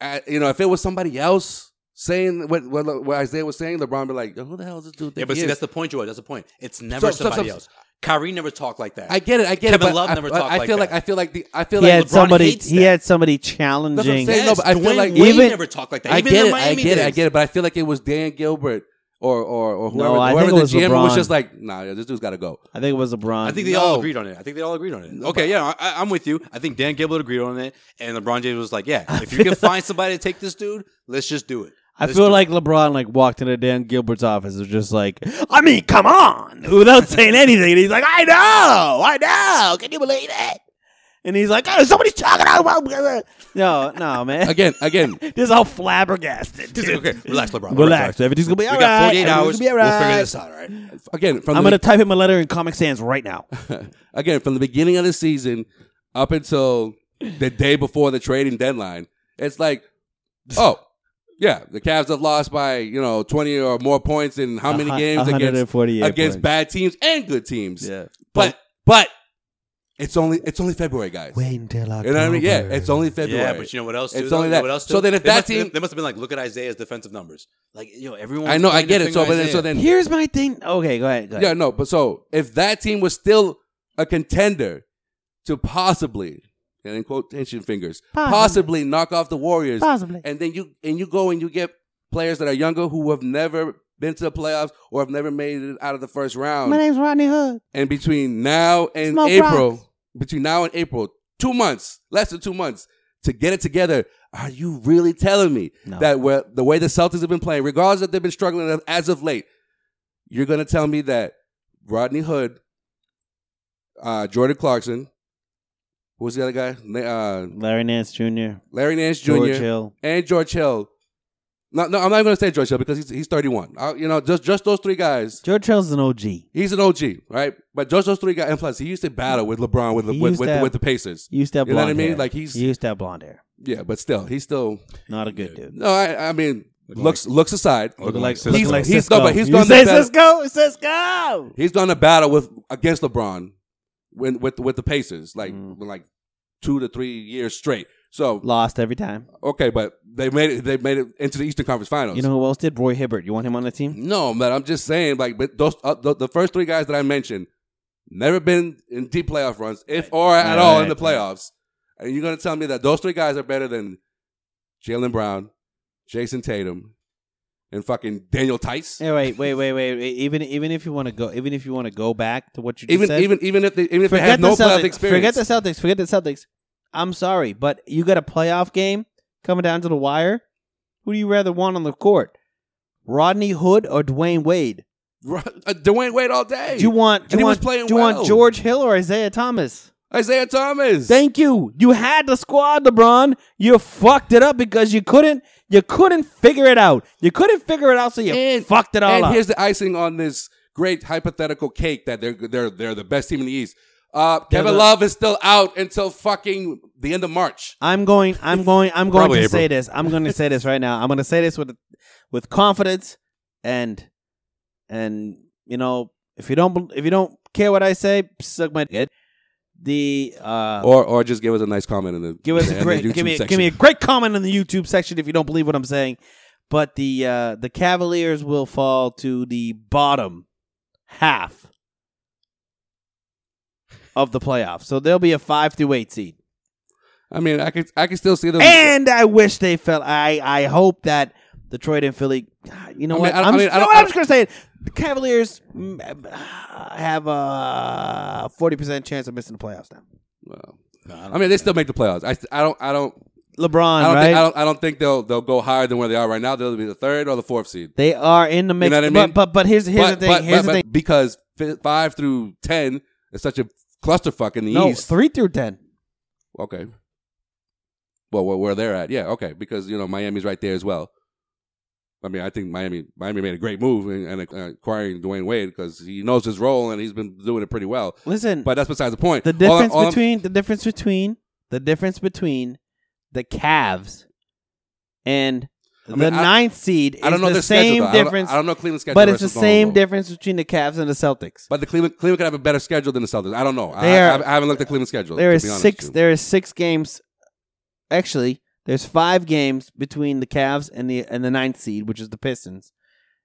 E: uh, you know, if it was somebody else saying what what, what Isaiah was saying, LeBron be like, "Who the hell is this dude?"
H: Yeah,
E: think
H: but
E: he
H: see,
E: is?"
H: that's the point, Joel. That's the point. It's never
E: So- so-
H: somebody
E: so-
H: else. Kyrie never talked like that.
E: I get it. I get
H: Kevin
E: it. but
H: Love
E: I,
H: never
E: I-
H: talked
E: I
H: like
E: feel
H: that.
E: like I feel like the I feel
D: He
E: like
D: had
H: LeBron
D: somebody.
H: hates
D: He
H: that.
D: had somebody
E: That's what I'm
D: challenging.
E: saying.
H: Yes,
E: no, but I
H: Dwayne
E: feel like-
H: Wade
D: Even-
H: never talked like that.
E: I
H: Even
E: get
H: in
E: it. I
H: Miami
E: get it. I
H: days.
E: get it. But I feel like it was Dan Gilbert or or, or whoever,
D: No, I
E: whoever
D: think it was
E: the GM who was
D: LeBron.
E: just like, nah, yeah, this dude's got to go.
D: I think it was LeBron.
H: I think they all agreed on it. I think they all agreed on it. Okay, yeah, I, I'm with you. I think Dan Gilbert agreed on it, and LeBron James was like, "Yeah,
D: [laughs]
H: if you can find somebody to take this dude, let's just do it."
D: I
H: Let's
D: feel
H: do it.
D: like LeBron like walked into Dan Gilbert's office and was just like, I mean, come on, [laughs] without saying anything. And he's like, I know, I know. Can you believe it? And he's like, oh, somebody's talking about. [laughs] No, no, man.
E: Again, again.
D: [laughs] Just all flabbergasted.
H: He's
D: dude.
H: like, okay, relax, LeBron.
D: Relax. Everything's gonna be
H: We
D: alright.
H: got 48 hours.
D: Everything's gonna be
H: We'll figure
D: alright.
H: this out. All right.
E: Again, from
D: I'm
E: the,
D: gonna type him a letter in Comic Sans right now.
E: again from the beginning of the season up until the day before the trading deadline,
D: [laughs]
E: it's like, oh, yeah, the Cavs have lost by you know twenty or more points in [laughs] how many
D: A hu-
E: games against
D: 148 points.
E: against bad teams and good teams.
D: Yeah.
E: but but it's only it's only February, guys. Wait until October. You know what I mean? Yeah, it's only February.
H: Yeah, but you know what else? Too,
E: It's
H: though?
E: only
H: You know
E: that.
H: What else
E: So
H: too?
E: then if
H: They
E: that
H: must-
E: team-
H: they must have been like, look at Isaiah's defensive numbers. Like, you know, everyone.
E: I know, I get it. So, but then, so then,
D: Here's my thing. Okay, go ahead. Go ahead.
E: yeah, no, but so if that team was still a contender to possibly, and in quotation fingers, possibly, knock off the Warriors,
D: Possibly.
E: and then you and you go and you get players that are younger who have never been to the playoffs or have never made it out of the first round.
D: My name's Rodney Hood.
E: And between now and
D: Smoke
E: April,
D: rocks.
E: between now and April, two months, less than two months to get it together. Are you really telling me
D: No.
E: that where, the way the Celtics have been playing, regardless that they've been struggling as of late, you're going to tell me that Rodney Hood, uh, Jordan Clarkson, who was the other guy? Na- Uh,
D: Larry Nance Jr.
E: Larry Nance Jr.
D: George Hill.
E: and George Hill. No, no, I'm not even gonna say George Hill because he's he's 31. I, you know, just just those three guys.
D: George Hill's an OG.
E: He's an OG, right? But just those three guys, and plus he used to battle with LeBron with
D: He
E: with
D: used
E: with,
D: to have-
E: with the Pacers.
D: Used to have
E: You know
D: blonde
E: what I mean?
D: hair.
E: Like, he's-
D: he used to have blonde hair.
E: Yeah, but still, he's still
D: Not a good dude.
E: no. I I mean, looks looks aside,
H: Looking like
E: he's,
H: Cisco.
E: he's- no, but he's
D: You
E: going to
D: say Cisco?
E: battle-
D: Cisco!
E: he's going to battle with against LeBron when with with the Pacers, like
D: Mm.
E: like two to three years straight. So
D: Lost every time.
E: okay, but they made it. They made it into the Eastern Conference Finals.
D: You know who else did? Roy Hibbert. You want him on the team?
E: No, man, I'm just saying, like, but those uh, the, the first three guys that I mentioned never been in deep playoff runs, if or at
D: Right,
E: all in
D: right,
E: the playoffs. And you're gonna tell me that those three guys are better than Jalen Brown, Jason Tatum, and fucking Daniel Tice?
D: Yeah, wait, wait, wait, wait. wait. Even even if you want to go, even if you want to go back to what you just
E: Even
D: said,
E: even even if they even if they
D: forget
E: have no
D: the
E: playoff
D: Celtics,
E: experience,
D: forget the Celtics, forget the Celtics. I'm sorry, but you got a playoff game coming down to the wire. Who do you rather want on the court, Rodney Hood or Dwayne Wade?
E: Uh, Dwayne Wade all day.
D: Do you want? Do
E: And
D: you
E: he was
D: want?
E: playing
D: do you
E: well.
D: want George Hill or Isaiah Thomas?
E: Isaiah Thomas?
D: Thank you. You had the squad, LeBron. You fucked it up because you couldn't. You couldn't figure it out. You couldn't figure it out, so you fucked it all
E: and
D: up.
E: here's the icing on this great hypothetical cake that they're they're they're the best team in the East. Uh, Kevin
D: the-
E: Love is still out until fucking the end of March.
D: I'm going. I'm going. I'm going
H: Probably
D: to
H: April.
D: say this. I'm going to say this right now. I'm going to say this with with confidence and and you know if you don't bel- if you don't care what I say, suck my dick. The uh,
E: Or or just give us a nice comment in the
D: give us
E: in
D: a
E: Oh, the
D: great
E: YouTube
D: give me
E: section.
D: give me a great comment in the YouTube section if you don't believe what I'm saying. But the uh, the Cavaliers will fall to the bottom half of the playoffs, so they'll be a five through eight seed.
E: I mean, I could I could still see them.
D: And I wish they felt. I I hope that Detroit and Philly. You know
E: I
D: what?
E: mean, I-
D: I'm,
E: I mean,
D: just-
E: I
D: you know
E: don't-
D: what?
E: I
D: I'm just gonna say it. The Cavaliers mm, have a forty percent chance of missing the playoffs now.
E: Well, I mean, they still make the playoffs. I, I don't I don't
D: LeBron,
E: I don't,
D: right?
E: think, I don't I don't think they'll they'll go higher than where they are right now. They'll be the third or the fourth seed.
D: they are in the mix.
E: You know what I mean?
D: But but, but here's here's
E: but,
D: the thing.
E: but-
D: here's
E: but-
D: the
E: but
D: thing.
E: Because fi- five through ten is such a clusterfuck in the
D: No,
E: East.
D: three through ten.
E: Okay. Well, where, where they're at, yeah, okay, because you know Miami's right there as well. I mean, I think Miami Miami made a great move in, in acquiring Dwayne Wade because he knows his role and he's been doing it pretty well.
D: Listen,
E: But that's besides the point.
D: the
E: All I-
D: difference
E: all I'm-
D: between the difference between the difference between the Cavs and
E: mean,
D: the
E: I-
D: ninth seed is
E: I don't know
D: the
E: their schedule,
D: same
E: though. I don't-
D: difference.
E: I don't know Cleveland's schedule
D: but it's the
E: versus
D: same
E: Lonzo.
D: difference between the Cavs and the Celtics.
E: but the Cleveland Cleveland could have a better schedule than the Celtics. I don't know. I-
D: They
E: I,
D: are-
E: haven't- I haven't looked at Cleveland's schedule.
D: there
E: to
D: is
E: be honest
D: six.
E: with you.
D: There is six games. Actually, there's five games between the Cavs and the and the ninth seed, which is the Pistons,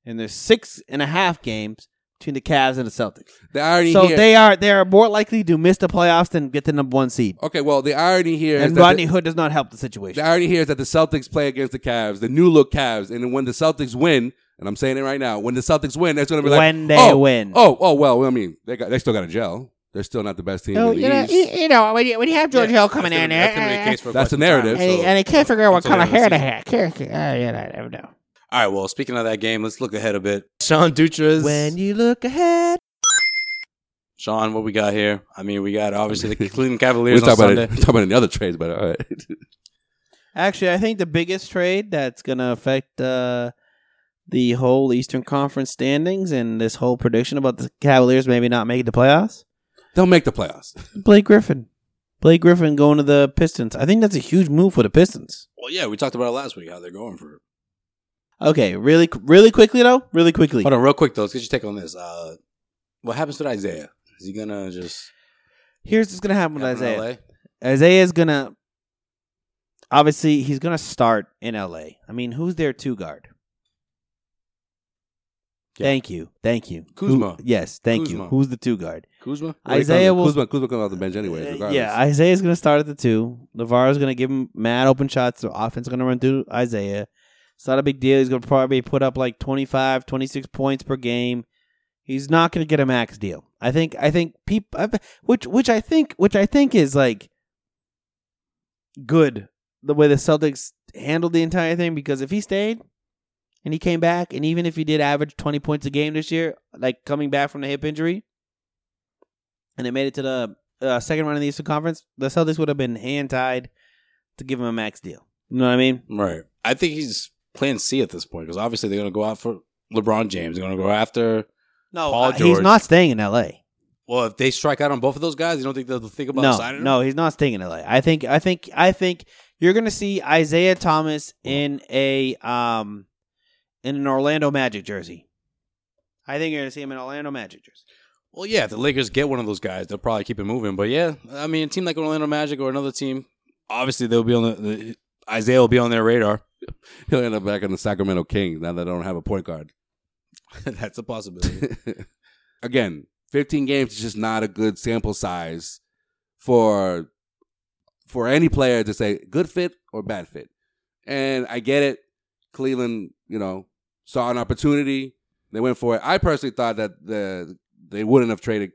D: and there's six and a half games between the Cavs and the Celtics.
E: The irony
D: So
E: here.
D: they are they are more likely to miss the playoffs than get the number one seed.
E: okay. Well, the irony
H: Oh,
E: here is
D: And
E: that
D: Rodney
E: the,
D: Hood does not help the situation.
E: the irony here is that the Celtics play against the Cavs, the new look Cavs, and then when the Celtics win, and I'm saying it right now, when the Celtics win, that's going to be like
D: When they
E: oh,
D: win.
E: Oh, oh well, I mean, they got they still got a gel. They're still not the best team in the East.
D: know, when you, when you have George Hill coming in eh,
H: That's gonna be the case for
E: That's
H: quite
E: the
H: some time,
E: narrative.
H: so-
D: he can't figure out
H: what Until the color end of hair the to
D: have. yeah, I never know.
H: All right. Well, speaking of that game, let's look ahead a bit. Sean Dutra's.
D: When you look ahead,
H: Sean, what we got here? I mean, we got obviously the Cleveland
E: [laughs] we
H: Cavaliers
E: talk
H: on
E: about
H: Sunday.
E: it, [laughs] talk about it in the other trades, but all right. [laughs]
D: Actually, I think the biggest trade that's going to affect uh, the whole Eastern Conference standings and this whole prediction about the Cavaliers maybe not making the playoffs,
E: They'll make the playoffs.
D: Blake Griffin. Blake Griffin going to the Pistons. I think that's a huge move for the Pistons.
H: Well, yeah, we talked about it last week how they're going for it.
D: Okay, really, really quickly though, really quickly.
H: Hold on, real quick though. Let's get your take on this. Uh, what happens with Isaiah? Is he gonna just
D: Here's what's going to happen
H: happen
D: with
H: in
D: Isaiah.
H: LA?
D: Isaiah's gonna obviously he's gonna start in LA. I mean, who's their two guard?
H: Yeah.
D: Thank you, thank you,
H: Kuzma.
D: Who- yes, thank you.
H: Kuzma.
D: Who's the two guard?
H: Kuzma?
D: Isaiah will.
E: Kuzma, Kuzma comes off the bench anyways.
D: Uh,
E: Regardless.
D: yeah, Isaiah's gonna start at the two. Navarro's gonna give him mad open shots. The offense gonna run through Isaiah. It's not a big deal. He's going to probably put up like 25, 26 points per game. He's not going to get a max deal. I think. I think people, which which I think which I think is like good the way the Celtics handled the entire thing because if he stayed and he came back and even if he did average 20 points a game this year, like coming back from the hip injury and they made it to the uh, second round of the Eastern Conference, the Celtics would have been hand tied to give him a max deal. You know what I mean?
H: Right. I think he's plan C at this point because obviously they're going to go out for LeBron James. They're going to go after
D: No,
H: Paul
D: uh,
H: George.
D: he's not staying in L.A.
H: Well, if they strike out on both of those guys, you don't think they'll think about
D: No,
H: signing
D: no,
H: him?
D: he's not staying in L.A. I think, I think, I think you're gonna see Isaiah Thomas in a um in an Orlando Magic jersey. I think you're gonna see him in Orlando Magic jersey.
H: Well, yeah, if the Lakers get one of those guys, they'll probably keep it moving. But yeah, I mean, a team like Orlando Magic or another team, obviously they'll be on the, the Isaiah will be on their radar.
E: [laughs] He'll end up back on the Sacramento Kings now that they don't have a point guard.
H: [laughs] That's a possibility.
E: [laughs] Again, 15 games is just not a good sample size for for any player to say good fit or bad fit. And I get it. Cleveland, you know, saw an opportunity. They went for it. I personally thought that the they wouldn't have traded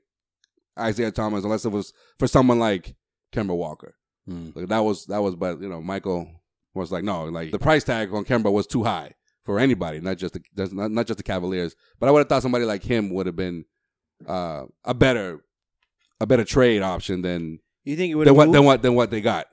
E: Isaiah Thomas unless it was for someone like Kemba Walker.
H: Hmm.
E: Like that was that was, but you know, Michael was like, no, like the price tag on Kemba was too high for anybody, not just the just- not, not just the Cavaliers. But I would have thought somebody like him would have been uh, a better a better trade option than
D: You think he would
E: than
D: have
E: what than
D: moved?
E: what than what they got.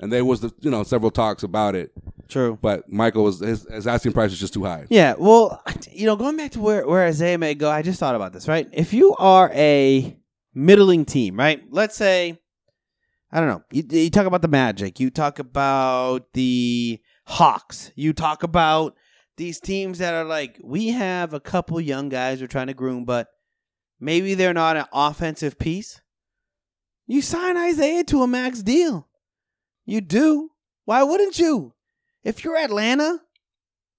E: And there was the you know several talks about it,
D: True.
E: but Michael was his, his asking price was just too high.
D: Yeah, well, you know, going back to where, where Isaiah may go, I just thought about this, right? If you are a middling team, right? Let's say, I don't know, you, you talk about the Magic, you talk about the Hawks, you talk about these teams that are like, we have a couple young guys we're trying to groom, but maybe they're not an offensive piece. You sign Isaiah to a max deal. You do. Why wouldn't you? If you're Atlanta,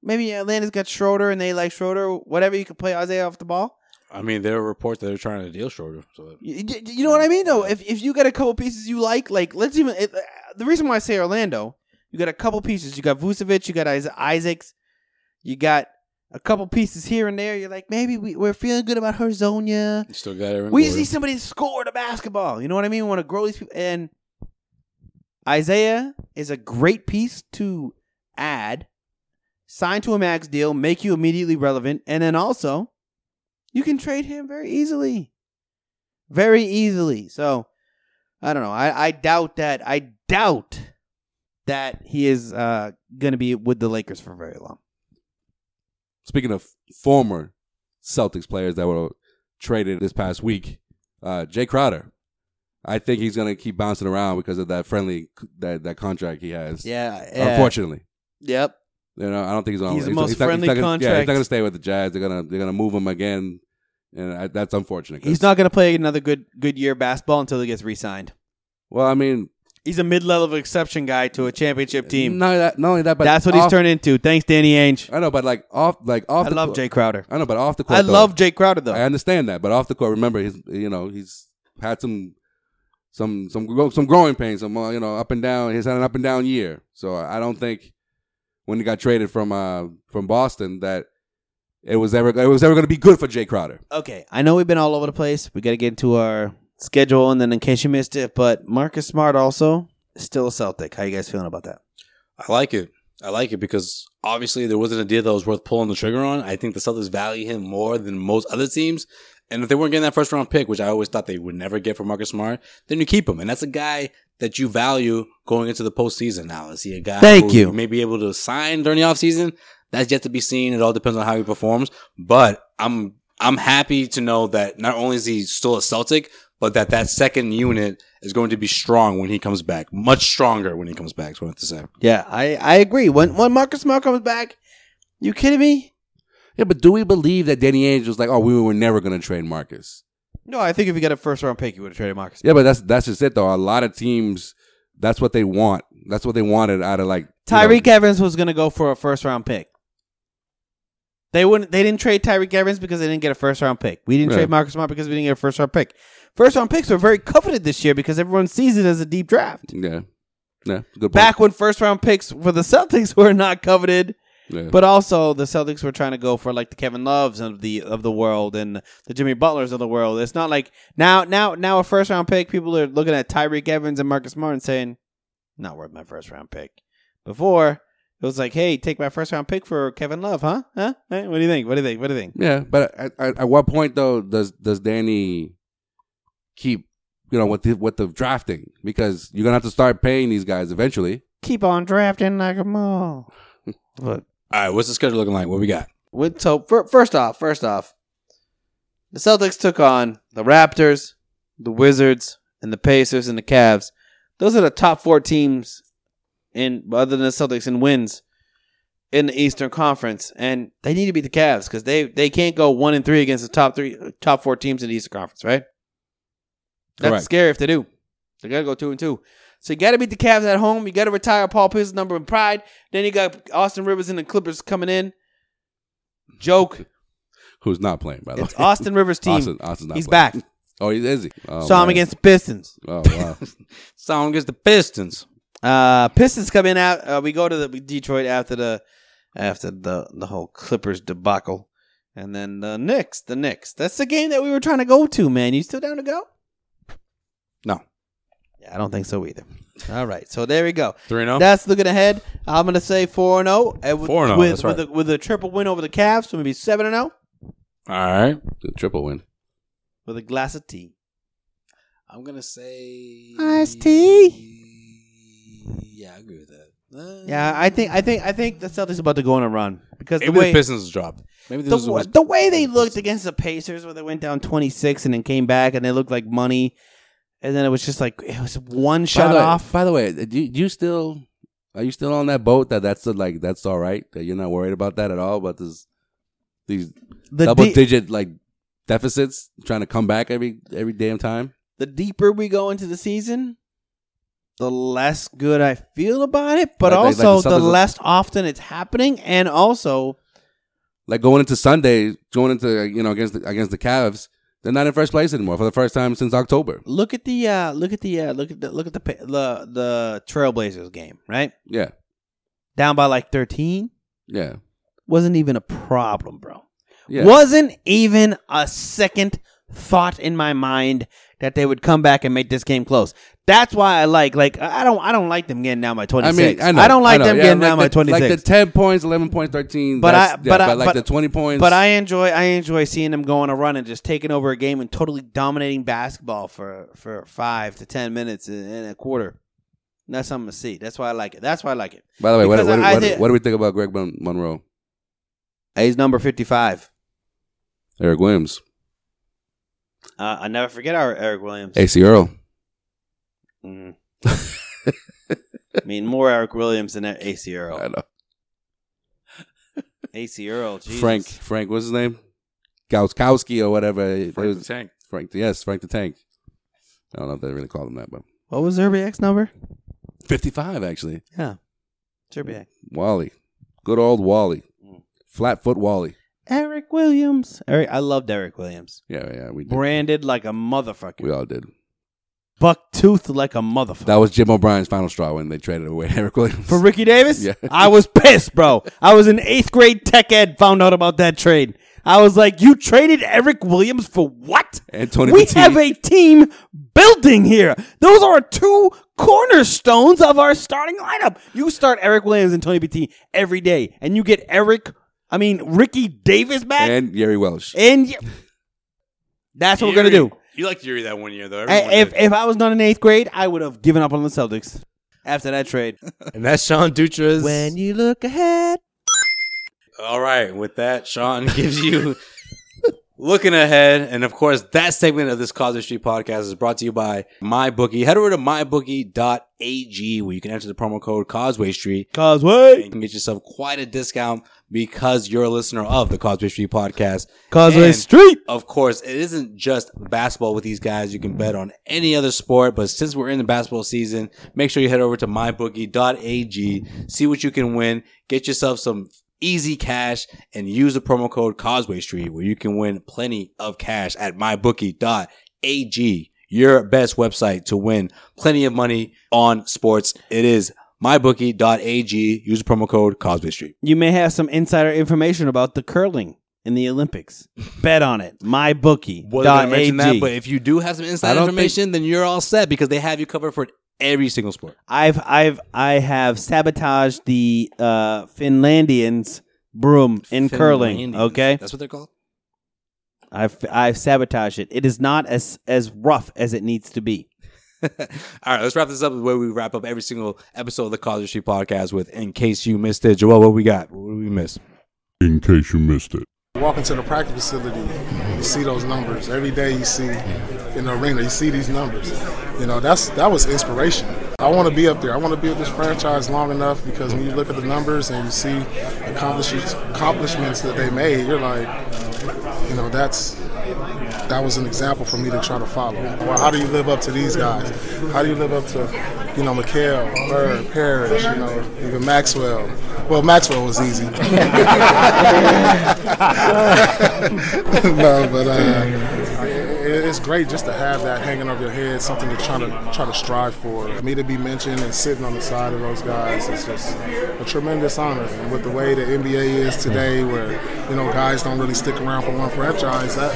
D: Maybe Atlanta's got Schroeder and they like Schroeder, whatever. You can play Isaiah off the ball.
H: I mean, there are reports that they're trying to deal shorter. So
D: You, you- you know what I mean, though. If if you got a couple pieces you like, like let's even it, the reason why I say Orlando, you got a couple pieces. You got Vucevic, you got Isa- Isaacs, you got a couple pieces here and there. You're like maybe we, we're feeling good about Herzonia.
H: you still got Aaron.
D: We just
H: Gordon.
D: need somebody to score the basketball. You know what I mean? We want to grow these people. And Isaiah is a great piece to add, sign to a max deal, make you immediately relevant, and then also you can trade him very easily, very easily. So I don't know. I, I doubt that. I doubt that he is uh, going to be with the Lakers for very long.
E: Speaking of former Celtics players that were traded this past week, uh, Jay Crowder, I think he's gonna keep bouncing around because of that friendly that that contract he has.
D: Yeah.
E: Unfortunately,
D: Yep.
E: you know, I don't think he's on.
D: He's the most
E: not-
D: friendly
E: not gonna, Yeah, he's
D: contract.
E: not gonna stay with the Jazz. They're gonna they're gonna move him again, and I, that's unfortunate. 'cause-
D: He's not going to play another good good year of basketball until he gets re-signed.
E: Well, I mean,
D: He's a mid-level exception guy to a championship team.
E: not only that, not only that, but
D: That's what he's
E: off-
D: turned into. Thanks, Danny Ainge.
E: I know, but like off, like off.
D: I
E: the
D: love
E: court-
D: Jay Crowder.
E: I know, but off the court.
D: I
E: though,
D: love Jay Crowder
E: I
D: though.
E: understand that, but off the court, remember, he's you know he's had some some some gro- some growing pains, some uh, you know up and down. He's had an up and down year, so I don't think when he got traded from uh from Boston that it was ever it was ever going to be good for Jay Crowder.
D: Okay, I know we've been all over the place. We got to get into our schedule, and then in case you missed it, but Marcus Smart also is still a Celtic. How you guys feeling about that?
H: I like it. I like it because obviously there wasn't a deal that was worth pulling the trigger on. I think the Celtics value him more than most other teams. And if they weren't getting that first round pick, which I always thought they would never get for Marcus Smart, then you keep him. And that's a guy that you value going into the postseason now. Is he a guy
D: Thank you.
H: may be able to sign during the offseason? That's yet to be seen. It all depends on how he performs. But I'm I'm happy to know that not only is he still a Celtic, but that that second unit is going to be strong when he comes back. Much stronger when he comes back, is what I have to say.
D: Yeah, I, I agree. When when Marcus Smart comes back, you kidding me?
E: Yeah, but do we believe that Danny Ainge was like, oh, we were never going to trade Marcus?
D: No, I think if you got a first round pick, you would have traded Marcus.
E: Yeah, but that's that's just it though. A lot of teams, that's what they want. That's what they wanted out of like you know,
D: Tyreek Evans was going to go for a first round pick. They wouldn't. They didn't trade Tyreek Evans because they didn't get a first round pick. We didn't
E: Yeah.
D: trade Marcus Smart because we didn't get a first round pick. First round picks were very coveted this year because everyone sees it as a deep draft.
E: Yeah, yeah, good
D: [laughs]
E: point.
D: Back when first round picks for the Celtics were not coveted,
E: Yeah.
D: But also the Celtics were trying to go for like the Kevin Loves of the of the world and the Jimmy Butlers of the world. It's not like now now now a first round pick. People are looking at Tyreek Evans and Marcus Smart and saying, "Not worth my first round pick." Before it was like, "Hey, take my first round pick for Kevin Love, huh? Huh? Hey, what do you think? What do you think? What do you think?"
E: Yeah, but at, at, at what point though does does Danny keep you know with the with the drafting because you're gonna have to start paying these guys eventually.
D: Keep on drafting like a mole.
H: All right, what's the schedule looking like? What we got?
D: With so fir- first off, first off, the Celtics took on the Raptors, the Wizards, and the Pacers and the Cavs. Those are the top four teams in other than the Celtics in wins in the Eastern Conference, and they need to beat the Cavs because they they can't go one and three against the top three top four teams in the Eastern Conference, right? That's
H: Correct.
D: scary if they do. They gotta go two and two. So you gotta beat the Cavs at home. You gotta retire Paul Pierce's number in pride. Then you got Austin Rivers and the Clippers coming in. Joke.
E: Who's not playing by the
D: It's
E: way?
D: Austin Rivers' team.
E: Austin, Austin's not
D: He's
E: playing.
D: back.
E: [laughs] Oh, he is he? Oh,
D: Saw him
E: man.
D: against the Pistons.
E: Oh
D: [laughs]
E: wow.
H: Song against the Pistons.
D: Uh, Pistons come in out. Uh, we go to the Detroit after the after the the whole Clippers debacle, and then the Knicks. The Knicks. That's the game that we were trying to go to. Man, you still down to go?
H: No.
D: Yeah, I don't think so either. All right, so there we go.
H: 3-0?
D: That's looking ahead. I'm gonna say four and zero.
H: 4-0,
D: With
H: that's right.
D: with, a, with a triple win over the Cavs, so maybe seven and oh zero
H: All right.
E: The triple win.
D: with a glass of tea.
H: I'm gonna say
D: Iced tea.
H: Yeah, I agree with that. Uh,
D: Yeah, I think I think I think the Celtics about to go on a run because the
H: maybe
D: way
H: the Pistons dropped. Maybe
D: the,
H: this
D: wa-
H: was
D: the way they looked against the Pacers, where they went down twenty six and then came back and they looked like money, and then it was just like it was one
E: by
D: shot
E: the way,
D: off.
E: By the way, do you, do you still are you still on that boat that that's the, like that's all right that you're not worried about that at all about this these
D: The
E: double
D: de-
E: digit like deficits trying to come back every every damn time.
D: the deeper we go into the season, the less good I feel about it, but
E: Like- like- like the
D: also the,
E: Celtics-
D: less often it's happening, and also
E: Like going into Sunday, going into uh, you know against the, against the Cavs, they're not in first place anymore for the first time since October.
D: look at the uh, look at the uh, look at the look at the pa- the the Trailblazers game right
E: Yeah,
D: down by like thirteen
E: yeah,
D: wasn't even a problem, bro.
E: yeah.
D: Wasn't even a second thought in my mind that they would come back and make this game close. That's why I like like I don't I don't like them getting down by twenty
E: I mean,
D: six.
E: I, know,
D: don't like
E: know.
D: them
E: Yeah,
D: getting down
E: the,
D: by twenty
E: Like the
D: six.
E: ten points, eleven points, thirteen.
D: But
E: that's-
D: I-
E: yeah,
D: but I-
E: like
D: but-
E: the twenty points.
D: but I enjoy I enjoy seeing them go on a run and just taking over a game and totally dominating basketball for for five to ten minutes and- and a quarter. And That's something to see. That's why I like it. That's why I like it.
E: By the way, what,
D: Because
E: what,
D: I- I
E: what,
D: did-
E: what do we think about Greg Mon- Monroe,
D: A's number fifty five.
E: Eric Williams,
D: Uh, I never forget our Eric Williams.
E: AC Earl?
D: Mm. I mean, more Eric Williams than AC Earl.
E: I know.
D: AC Earl, Jesus.
E: Frank, Frank, what's his name? Gauskowski or whatever. It was-
H: tank.
E: Frank, yes, Frank the Tank. I don't know if they really call him that, but
D: What was Zerbiak's number?
E: 55 actually.
D: Yeah. Zerbiak.
E: Wally, good old Wally,
D: Mm.
E: flatfoot Wally.
D: Eric Williams. Eric, I loved Eric Williams.
E: Yeah, yeah, we did.
D: Branded like a motherfucker.
E: we all did.
D: Buck toothed like a motherfucker.
E: That was Jim O'Brien's final straw when they traded away [laughs] Eric Williams.
D: For Ricky Davis?
E: Yeah.
D: I was pissed, bro. I was in eighth grade tech ed, found out about that trade. I was like, you traded Eric Williams for what?
E: And Tony
D: we
E: Petit.
D: have a team building here. Those are two cornerstones of our starting lineup. You start Eric Williams and Tony Petit every day, and you get Eric, I mean, Ricky Davis back.
H: Eh.
E: and Yeri Welsh.
D: And y- that's what we're gonna do.
H: You liked Yuri that one year though.
D: I- if if I was not in eighth grade, I would have given up on the Celtics after that trade. [laughs]
H: and that's Sean Dutra's.
D: you look ahead,
H: All right, with that, Sean [laughs] gives you looking ahead, and of course, that segment of this Cosmic Street podcast is brought to you by MyBookie. Head over to mybookie.ag where you can enter the promo code Causeway Street and
D: Causeway,
H: you can get yourself quite a discount because you're a listener of the Causeway Street podcast.
D: Causeway
H: And-
D: Street.
H: [laughs] Of course, it isn't just basketball with these guys. You can bet on any other sport, but since we're in the basketball season, make sure you head over to mybookie.ag, see what you can win, get yourself some easy cash, and use the promo code Causeway Street, where you can win plenty of cash at mybookie.ag, your best website to win plenty of money on sports. It is mybookie.ag. Use the promo code Cosby Street.
D: You may have some insider information about the curling in
H: [laughs]
D: the Olympics. Bet on it. MyBookie.
H: Wasn't gonna mention that, but if you do have some inside information, then you're all set because they have you covered for every single sport.
D: I've I've I have sabotaged the uh, Finlandians broom in curling.
H: Finlandians.
D: Okay,
H: That's what they're called. [laughs]
D: I've I've sabotaged it. It is not as as rough as it needs to be.
H: All right, let's wrap this up the way we wrap up every single episode of the Cosby Street podcast with. In case you missed it, Joel, what we got? What did we miss?
K: In case you missed it.
I: Walk into the practice facility, you see those numbers every day. You see in the arena, you see these numbers. You know that's that was inspiration. I want to be up there. I want to be with this franchise long enough because when you look at the numbers and you see accomplishments accomplishments that they made, you're like, you know that's that was an example for me to try to follow. Well, how do you live up to these guys? How do you live up to, you know, McHale, Bird, Parrish, you know, even Maxwell? Well, Maxwell was easy. [laughs] no, but uh, i- it's great just to have that hanging over your head, something to try to try to strive for. For Me to be mentioned and sitting on the side of those guys is just a tremendous honor. And with the way the NBA is today, where you know guys don't really stick around for one franchise, that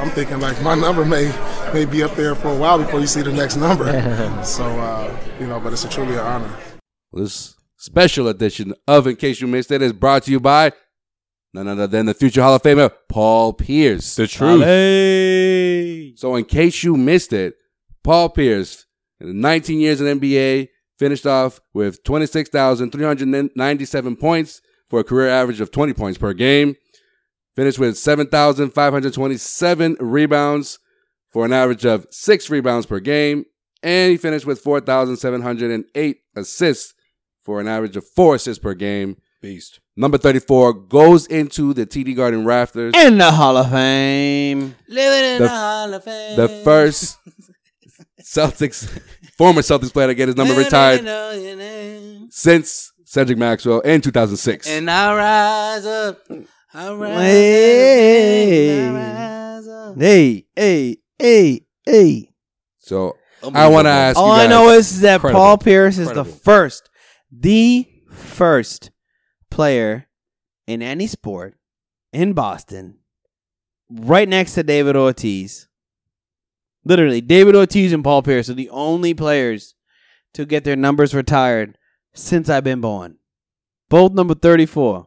I: I'm thinking like my number may may be up there for a while before you see the next [laughs] number. so uh, you know, but it's a truly an honor.
E: This special edition of In Case You Missed It is brought to you by none other than the future Hall of Famer, Paul Pierce. The
H: truth.
E: So, in case you missed it, Paul Pierce, in 19 years in NBA, finished off with 26,397 points for a career average of 20 points per game. Finished with 7,527 rebounds for an average of six rebounds per game. And he finished with 4,708 assists for an average of four assists per game.
H: Beast.
E: Number 34 goes into the TD Garden Rafters.
D: In the Hall of Fame.
H: Living
E: The-
D: uh,
E: The
D: Eh.
E: first
D: [laughs]
E: Celtics, former Celtics player to get his number retired since Cedric Maxwell in 2006.
H: And I rise up. I rise
D: Hey, hey, hey, hey, hey.
E: so
H: Oh
E: I want to ask
D: All
E: you
D: I
E: guys-
D: know is that
E: Incredible.
D: Paul Pierce is the
E: Incredible.
D: first, the first player in any sport in Boston, right next to David Ortiz. Literally, David Ortiz and Paul Pierce are the only players to get their numbers retired since I've been born. Both number thirty-four.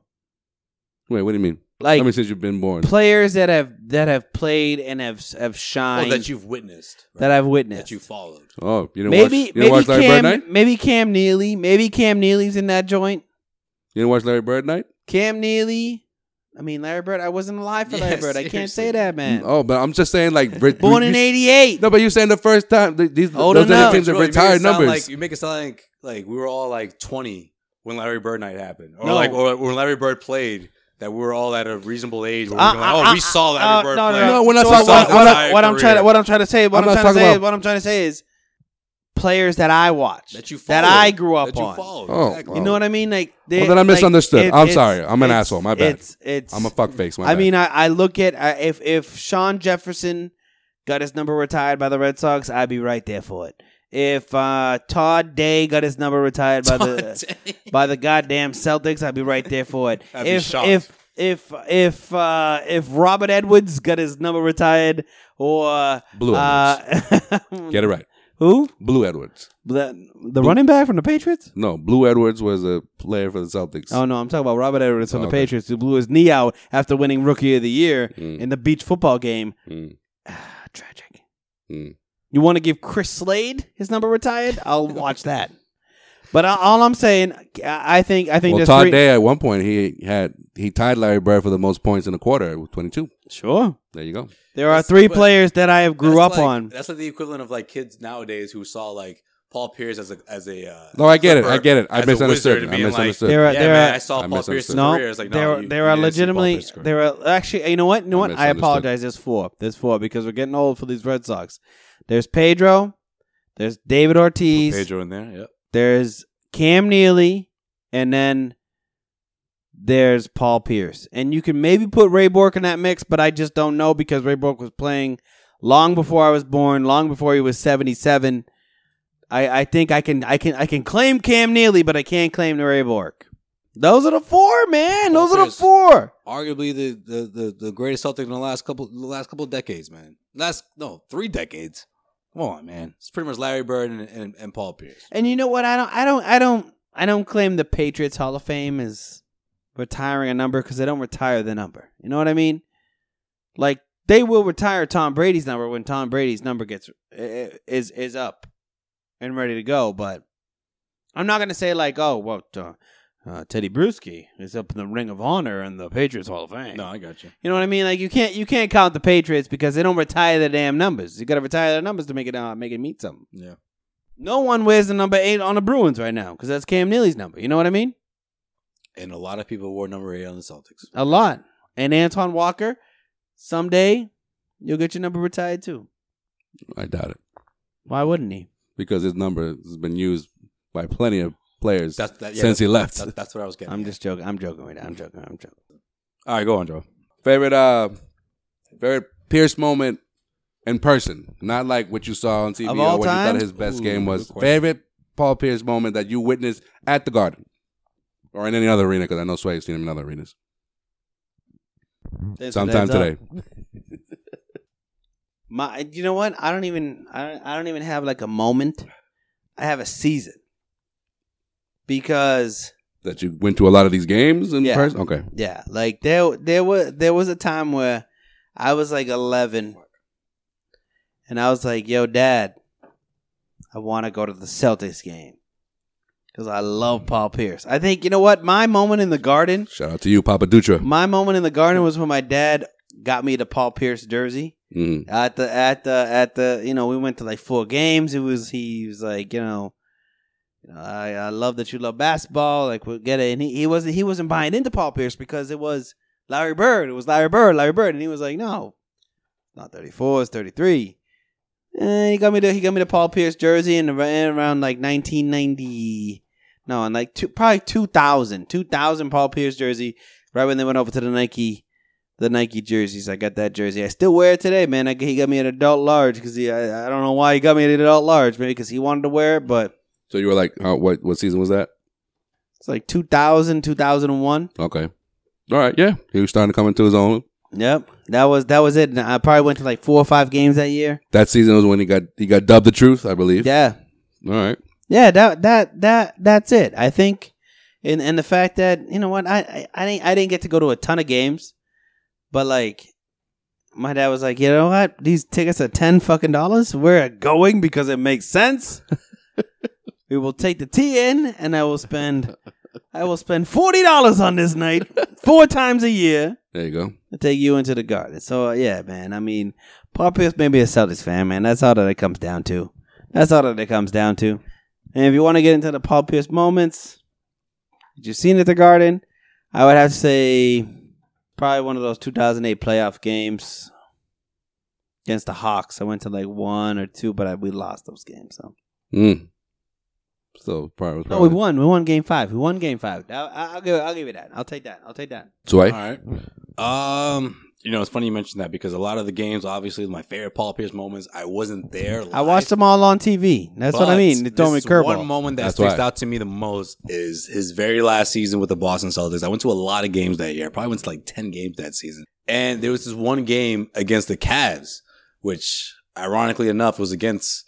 E: Wait, what do you mean?
D: Like-
E: Like, I mean, since you've been born.
D: Players that have that have played and have have
H: Well,
D: shined
H: Oh, that you've witnessed.
D: that I've witnessed.
H: That you followed.
E: oh, you didn't
D: maybe
E: watch, you
D: maybe
E: didn't watch Larry
D: Cam
E: Bird Night?
D: maybe Cam Neely maybe Cam Neely's in that joint.
E: You didn't watch Larry Bird Night?
D: Cam Neely, I mean Larry Bird. I wasn't alive for
H: Yeah,
D: Larry Bird. I can't
H: seriously.
D: say that, man.
E: Oh, but I'm just saying, like, re-
D: Born
E: you-
D: in
E: you-
D: '88.
E: No, but you're saying the first time th- these
D: Oh,
E: those
D: no,
E: other
D: no.
E: teams
H: Joel,
E: have
H: you make it
E: retired
H: sound
E: numbers.
H: Like, you make it sound like like we were all like 20 when Larry Bird night happened, or
D: No.
H: like or when Larry Bird played. That we were all at a reasonable age. Where we
D: Uh,
H: were going,
D: uh,
H: oh, we
D: uh,
H: saw Larry
D: uh,
H: Bird
D: no, no,
H: play.
D: no.
E: No, we're not
D: So what-
E: talking about-
D: what-
H: his entire
D: what I'm trying to
H: career.
D: what I'm trying to say what
E: I'm
D: I'm,
E: not
D: trying to
E: talking
D: say is
E: about-
D: what I'm trying to say is players that I watched
H: that you followed,
D: that I grew up
H: that you
D: on.
H: followed.
E: Oh,
H: exactly. [laughs]
D: You know what I mean? Like they,
E: Well, then I
D: like,
E: misunderstood.
D: it-
E: I'm
D: it's-
E: sorry. I'm an
D: it's-
E: asshole. My bad.
D: It's it's
E: I'm a fuckface. my
D: I
E: bad.
D: mean, I, I look at I, if if Sean Jefferson got his number retired by the Red Sox, I'd be right there for it. If uh, Todd Day got his number retired by the by the goddamn Celtics, I'd be right there for
E: [laughs]
D: it.
H: I'd be
D: if
H: shocked.
D: if if if uh, if Robert Edwards got his number retired or
E: Blue
D: uh,
E: get it right.
D: [laughs] who
E: Blue Edwards.
D: the, the running back from the Patriots?
E: No, Blue Edwards was a player for the Celtics.
D: Oh no, I'm talking about Robert Edwards from
E: Oh,
D: the
E: okay.
D: Patriots who blew his knee out after winning Rookie of the Year
E: Mm.
D: in the beach football game. Ah,
E: Mm.
D: Tragic.
E: Mm.
D: You want to give Chris Slade his number retired?
E: [laughs]
D: I'll watch that. But I- all I'm saying, I I think I think
E: Well,
D: there's
E: Todd
D: three-
E: Day at one point he had he tied Larry Bird for the most points in a quarter with 22.
D: sure
E: There you go.
D: there are
H: That's-
D: three
H: but
D: players that I have grew
H: That's
D: up
H: like-
D: on.
H: That's like the equivalent of like kids nowadays who saw like Paul Pierce as a as a. Uh,
E: No, I get it.
H: stripper,
E: I get it. I
H: as a wizard
E: misunderstood.
H: and
E: I
H: being like,
E: misunderstood.
D: There are-
H: yeah,
D: there
H: man,
D: are-
H: I saw
E: I
H: Paul Pierce's
E: misunderstood.
D: No,
H: career. It's like, no,
D: there,
H: you-
D: there
H: you didn't see
D: are
H: Paul
D: legitimately
H: Pierce's career.
D: there are actually. You know what? You know
E: I
D: what? I
E: misunderstood.
D: apologize. There's four. There's four because we're getting old for these Red Sox. There's Pedro. There's David Ortiz.
H: Pedro in there. Yep.
D: There's Cam Neely, and then there's Paul Pierce. And you can maybe put Ray Bork in that mix, but I just don't know because Ray Bork was playing long before I was born, long before he was 77. I, I think I can I can I can claim Cam Neely, but I can't claim Ray Bork. Those are the four, man. Those are the
H: Walters.
D: four.
H: Arguably the, the, the, the greatest Celtic in the last couple the last couple of decades, man. Last no three decades. Come on, man. It's pretty much Larry Bird and, and, and Paul Pierce.
D: And you know what? I don't I don't I don't I don't claim the Patriots Hall of Fame is retiring a number because they don't retire the number. You know what I mean? Like they will retire Tom Brady's number when Tom Brady's number gets i- i- is is up and ready to go, but I'm not gonna say like, oh, well, uh, uh, Teddy Bruschi is up in the Ring of Honor and the Patriots Hall of Fame.
H: No, I got you.
D: You know what I mean? Like you can't you can't count the Patriots because they don't retire their damn numbers. You got to retire their numbers to make it uh, make it meet something.
H: Yeah.
D: No one wears the number eight on the Bruins right now because that's Cam Neely's number. You know what I mean?
H: And a lot of people wore number eight on the Celtics.
D: A lot. And Antoine Walker, someday you'll get your number retired too.
E: I doubt it
D: Why wouldn't he?
E: because his number has been used by plenty of players
H: That's that, yeah,
E: since he left.
H: that's-
E: [laughs]
H: That's, that's what I was getting.
D: I'm just joking. I'm joking right now. I'm joking. I'm joking.
H: All right, go on, Joe.
E: favorite uh favorite Pierce moment in person, not like what you saw on TV
D: Of
E: or
D: all
E: what you
D: time?
E: thought his best
H: Ooh,
E: game was.
H: good question.
E: Favorite Paul Pierce moment that you witnessed at the Garden or in any other arena because I know Sway has seen him in other arenas. Sometime today,
D: My, you know what? I don't even I don't, I don't even have like a moment. I have a season because
E: that you went to a lot of these games in
D: Yeah.
E: person. Okay,
D: Yeah, like there there was there was a time where I was like 11 and I was like, "Yo dad, I want to go to the Celtics game." Cuz I love Paul Pierce. I think you know what, my moment in the garden,
E: shout out to you, Papa Dutra.
D: my moment in the garden was when my dad got me the Paul Pierce jersey
E: Mm.
D: at the at the at the you know we went to like four games it was he was like you know you know, I, I love that you love basketball like we'll get it and he, he wasn't he wasn't buying into Paul Pierce because it was Larry Bird it was Larry Bird Larry Bird and he was like no not 34 it's 33 and he got me the he got me the Paul Pierce jersey and around, around like 1990 no and like two, probably 2000 2000 Paul Pierce jersey right when they went over to the Nike the Nike jerseys. I got that jersey. I still wear it today, man. I, he got me an adult large because he. I, I don't know why he got me an adult large, maybe because he wanted to wear it, but
E: So you were like, how, what what season was that?
D: it's like 2000, 2001.
E: Okay, all right, yeah, he was starting to come into his own.
D: Yep, that was that was it. And I probably went to like four or five games that year.
E: That season was when he got he got dubbed the truth, I believe.
D: Yeah,
E: All right,
D: yeah. That that that that's it. I think, and and the fact that you know what I I, I didn't I didn't get to go to a ton of games, but like. My dad was like, you know what? These tickets are ten fucking dollars. We're going because it makes sense. [laughs] We will take the tea in, and I will spend, I will spend forty dollars on this night four times a year
E: there you go.
D: to take you into the garden. So uh, yeah, man. I mean, Paul Pierce may be a Celtics fan, man. That's all that it comes down to. That's all that it comes down to. And if you want to get into the Paul Pierce moments that you've seen at the garden, I would have to say probably one of those 2008 playoff games against the Hawks. I went to like one or two, but I, we lost those games. So.
E: Mm. So probably,
D: No, we
E: probably
D: won. We won game five. We won game five. I'll, I'll give. I'll give you that. I'll take that. I'll take that.
E: Sway?
H: All right. Um, you know, it's funny you mentioned that because a lot of the games, obviously, my favorite Paul Pierce moments, I wasn't there.
D: I watched them all on TV. That's what I mean. The Domi
H: curve. One
D: curveball.
H: moment that
E: That's
H: sticks
E: why.
H: out to me the most is his very last season with the Boston Celtics. I went to a lot of games that year. I probably went to like 10 games that season. And there was this one game against the Cavs, which ironically enough was against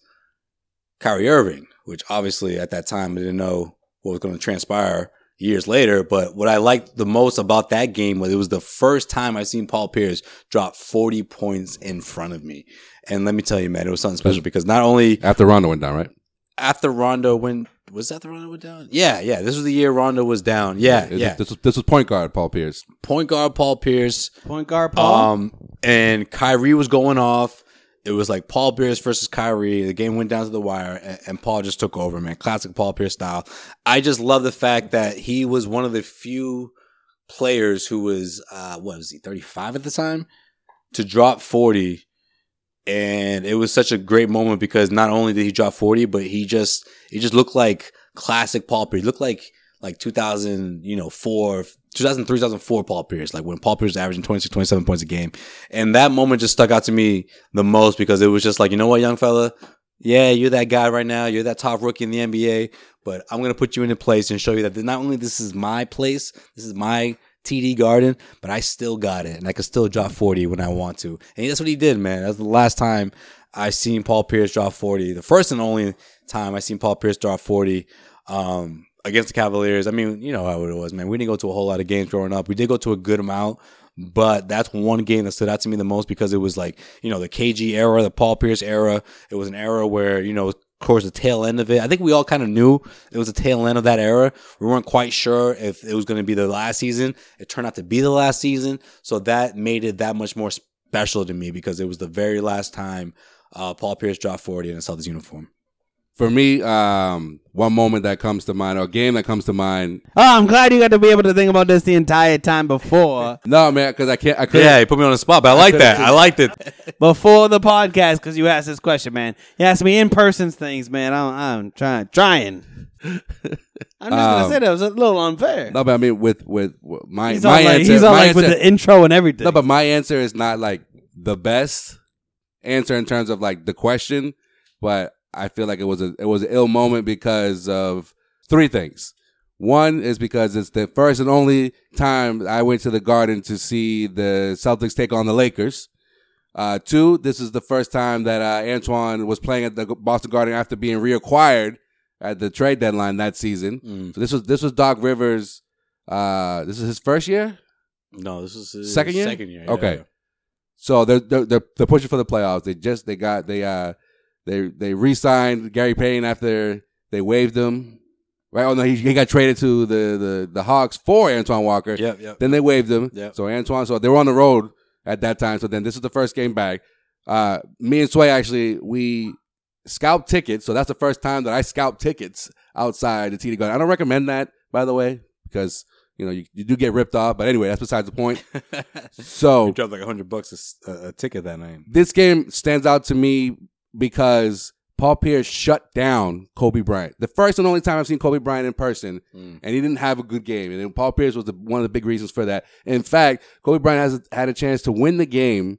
H: Kyrie Irving, which obviously at that time I didn't know what was going to transpire years later. But what I liked the most about that game was it was the first time I seen Paul Pierce drop 40 points in front of me. And let me tell you, man, it was something special because not only
E: after Rondo went down, right?
H: after Rondo went. Was that the Rondo went down? Yeah, yeah. This was the year Rondo was down. Yeah,
E: This-
H: yeah.
E: This was, this was point guard Paul Pierce.
H: Point guard Paul Pierce,
D: Point guard Paul.
H: um, and Kyrie was going off. It was like Paul Pierce versus Kyrie. The game went down to the wire, and, and Paul just took over, man. Classic Paul Pierce style. I just love the fact that he was one of the few players who was, uh, what was he, 35 at the time, to drop 40. And it was such a great moment because not only did he drop 40, but he just, he just looked like classic Paul Pierce. He looked like like 2000, you know, four, 2003, 2004 Paul Pierce, like when Paul Pierce was averaging 26, 27 points a game. And that moment just stuck out to me the most because it was just like, you know what, young fella, yeah, you're that guy right now. You're that top rookie in the NBA, but I'm going to put you in a place and show you that not only this is my place, this is my TD garden, but I still got it and I can still drop 40 when I want to. And that's what he did, man. That's the last time I seen Paul Pierce drop 40. The first and only time I seen Paul Pierce drop 40 um, against the Cavaliers. I mean, you know how it was, man. We didn't go to a whole lot of games growing up. We did go to a good amount, but that's one game that stood out to me the most because it was like, you know, the KG era, the Paul Pierce era. It was an era where, you know, of course, the tail end of it. I think we all kind of knew it was the tail end of that era. We weren't quite sure if it was going to be the last season. It turned out to be the last season. So that made it that much more special to me because it was the very last time uh, Paul Pierce dropped 40 in a Celtics uniform.
E: For me, um, one moment that comes to mind, or a game that comes to mind.
D: Oh, I'm glad you got to be able to think about this the entire time [laughs] before
E: No, man, because I can't. I couldn't.
H: Yeah, he put me on the spot, but I like that. I liked it.
D: before the podcast because you asked this question, man. You asked me in person things, man. I'm, I'm trying, trying. [laughs] I'm just gonna
E: Um,
D: say that was a little unfair.
E: No, but I mean, with with with my
D: he's all
E: my
D: like,
E: answer,
D: he's all
E: my
D: like with
E: answer-
D: the intro and everything.
E: No, but my answer is not like the best answer in terms of like the question, but I feel like it was a it was an ill moment because of three things. One is because it's the first and only time I went to the Garden to see the Celtics take on the Lakers. Uh, two, this is the first time that uh, Antoine was playing at the Boston Garden after being reacquired at the trade deadline that season.
H: Mm,
E: So this was this was Doc Rivers. Uh, this is his first year
H: No, this is his
E: second year.
H: Second year. yeah.
E: Okay. So they're, they're they're they're pushing for the playoffs. They just they got they uh they they re-signed Gary Payne after they waived him. Right? Oh no, he, he got traded to the, the the Hawks for Antoine Walker.
H: Yep, [laughs] yep.
E: Then they waived him.
H: Yep.
E: So Antoine. So they were on the road at that time. So then this is the first game back. Uh, me and Sway actually we scalped tickets. So that's the first time that I scalped tickets outside the TD Garden. I don't recommend that, by the way, because you know you, you do get ripped off. But anyway, that's besides the point. so Oh.
H: He dropped like 100 bucks a s- a, a ticket that night.
E: this game stands out to me because Paul Pierce shut down Kobe Bryant. The first and only time I've seen Kobe Bryant in person, and he didn't have a good game. And then Paul Pierce was the, one of the big reasons for that. In fact, Kobe Bryant has had a chance to win the game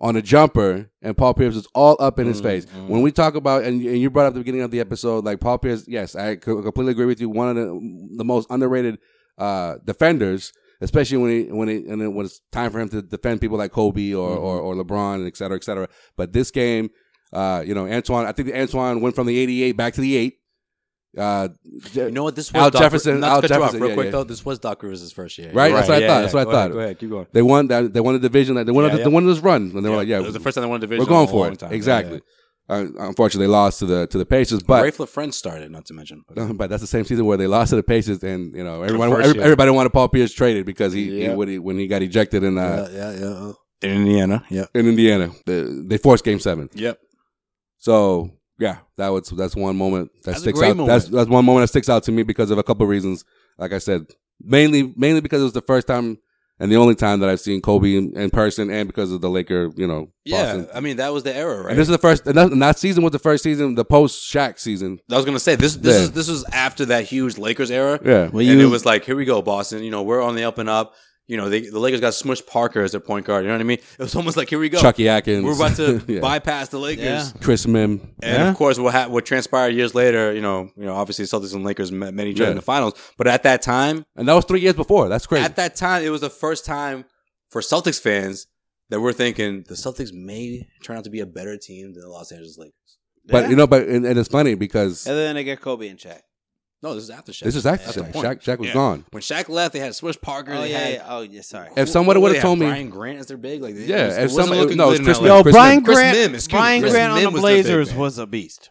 E: on a jumper, and Paul Pierce was all up in his face. When we talk about, and, and you brought up the beginning of the episode, like Paul Pierce, yes, I co- completely agree with you. One of the, the most underrated uh, defenders, especially when he, when it and it was time for him to defend people like Kobe or
H: Mm-hmm.
E: or, or LeBron and et cetera, et cetera. But this game, uh, you know, Antoine, I think Antoine went from the 88 back to the eight. Uh,
H: You know what? This was
E: Al
H: Doc-
E: Jefferson.
H: Not
E: Al
H: to cut you off
E: Jefferson,
H: real
E: yeah,
H: quick
E: yeah.
H: though. This was Doc Rivers' first year.
E: Right?
H: You're
E: That's what I
H: Yeah,
E: thought.
H: yeah.
E: That's what I
H: Go ahead,
E: thought.
H: go ahead. Keep going.
E: They won that. They won the division. They won.
H: Yeah,
E: the,
H: yeah.
E: They won this run. And they were like, yeah,
H: it was the first time they won a division.
E: we're going
H: in a
E: for
H: long
E: it.
H: time.
E: Exactly.
H: Yeah,
E: Uh, unfortunately, they lost to the to the Pacers,
H: yeah.
E: but
H: Ray LaFrance started, not to mention.
E: [laughs] but that's the same season where they lost to the Pacers, and you know everyone
H: first
E: every,
H: year.
E: everybody wanted Paul Pierce traded because he,
H: Yeah.
E: he, when he when he got ejected in uh,
H: yeah, yeah. In Indiana. Yeah.
E: in Indiana, they, they forced Game Seven.
H: Yep.
E: So yeah, that was that's one moment that
H: That's a
E: sticks
H: great
E: out.
H: moment.
E: That's that's one moment that sticks out to me because of a couple of reasons. Like I said, mainly mainly because it was the first time and the only time that I've seen Kobe in, in person, and because of the Laker, you know,
H: Yeah.
E: Boston.
H: I mean, that was the era, right?
E: And this is the first, and that, and that season was the first season, the post Shaq season.
H: I was gonna say this. This
E: Yeah.
H: is this was after that huge Lakers era.
E: Yeah.
D: Well,
H: and
D: you-
H: it was like, here we go, Boston. You know, we're on the up and up. You know, they, the Lakers got Smush Parker as their point guard. You know what I mean? It was almost like, here we go.
E: Chucky Atkins.
H: We're about [laughs] to
E: [laughs] Yeah.
H: bypass the Lakers.
D: Yeah.
E: Chris Mim.
H: And
D: Yeah.
H: of course, what ha- what transpired years later, you know, you know, obviously Celtics and Lakers met, met each other in
E: Yeah.
H: the finals. But at that time,
E: And that was three years before. That's crazy.
H: at that time, it was the first time for Celtics fans that we're thinking the Celtics may turn out to be a better team than the Los Angeles Lakers.
E: but
D: Yeah.
E: you know, but and, and it's funny because
D: and then they get Kobe in check.
H: No, this is after Shaq.
E: this is actually
H: That's the
E: Shaq.
H: point.
E: Shaq, Shaq was
H: Yeah.
E: gone.
H: When Shaq left, they had Swish Parker.
D: Oh
H: they
D: yeah,
H: had,
D: yeah. Oh yeah. Sorry.
E: If someone
H: who
E: would
H: they
E: have told me,
H: had? Brian Grant is their big. Like,
E: Yeah,
H: yeah,
E: if
H: if
E: somebody-
H: looking
E: no,
H: good
E: it's
H: in
E: Chris
H: LA.
E: Mill.
D: Yo,
E: Chris
D: Brian
E: Mim.
H: Chris
D: Grant.
H: Mim, excuse me.
D: Brian
H: Chris
D: Grant on
H: Mim
D: the
H: was the big
D: Blazers
H: man.
D: was a beast.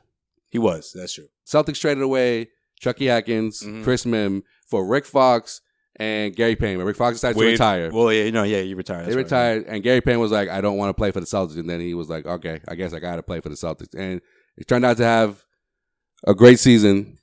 H: He was. That's true.
E: Celtics traded away Chucky Atkins,
H: Mhm.
E: Chris Mim for Rick Fox and Gary Payne. But Rick Fox decided to
H: Wade-
E: retire.
H: Well, yeah, you know, yeah, you retired.
E: they
H: that's right.
E: retired, and Gary Payne was like, "I don't want to play for the Celtics." And then he was like, "Okay, I guess I got to play for the Celtics." And it turned out to have a great season.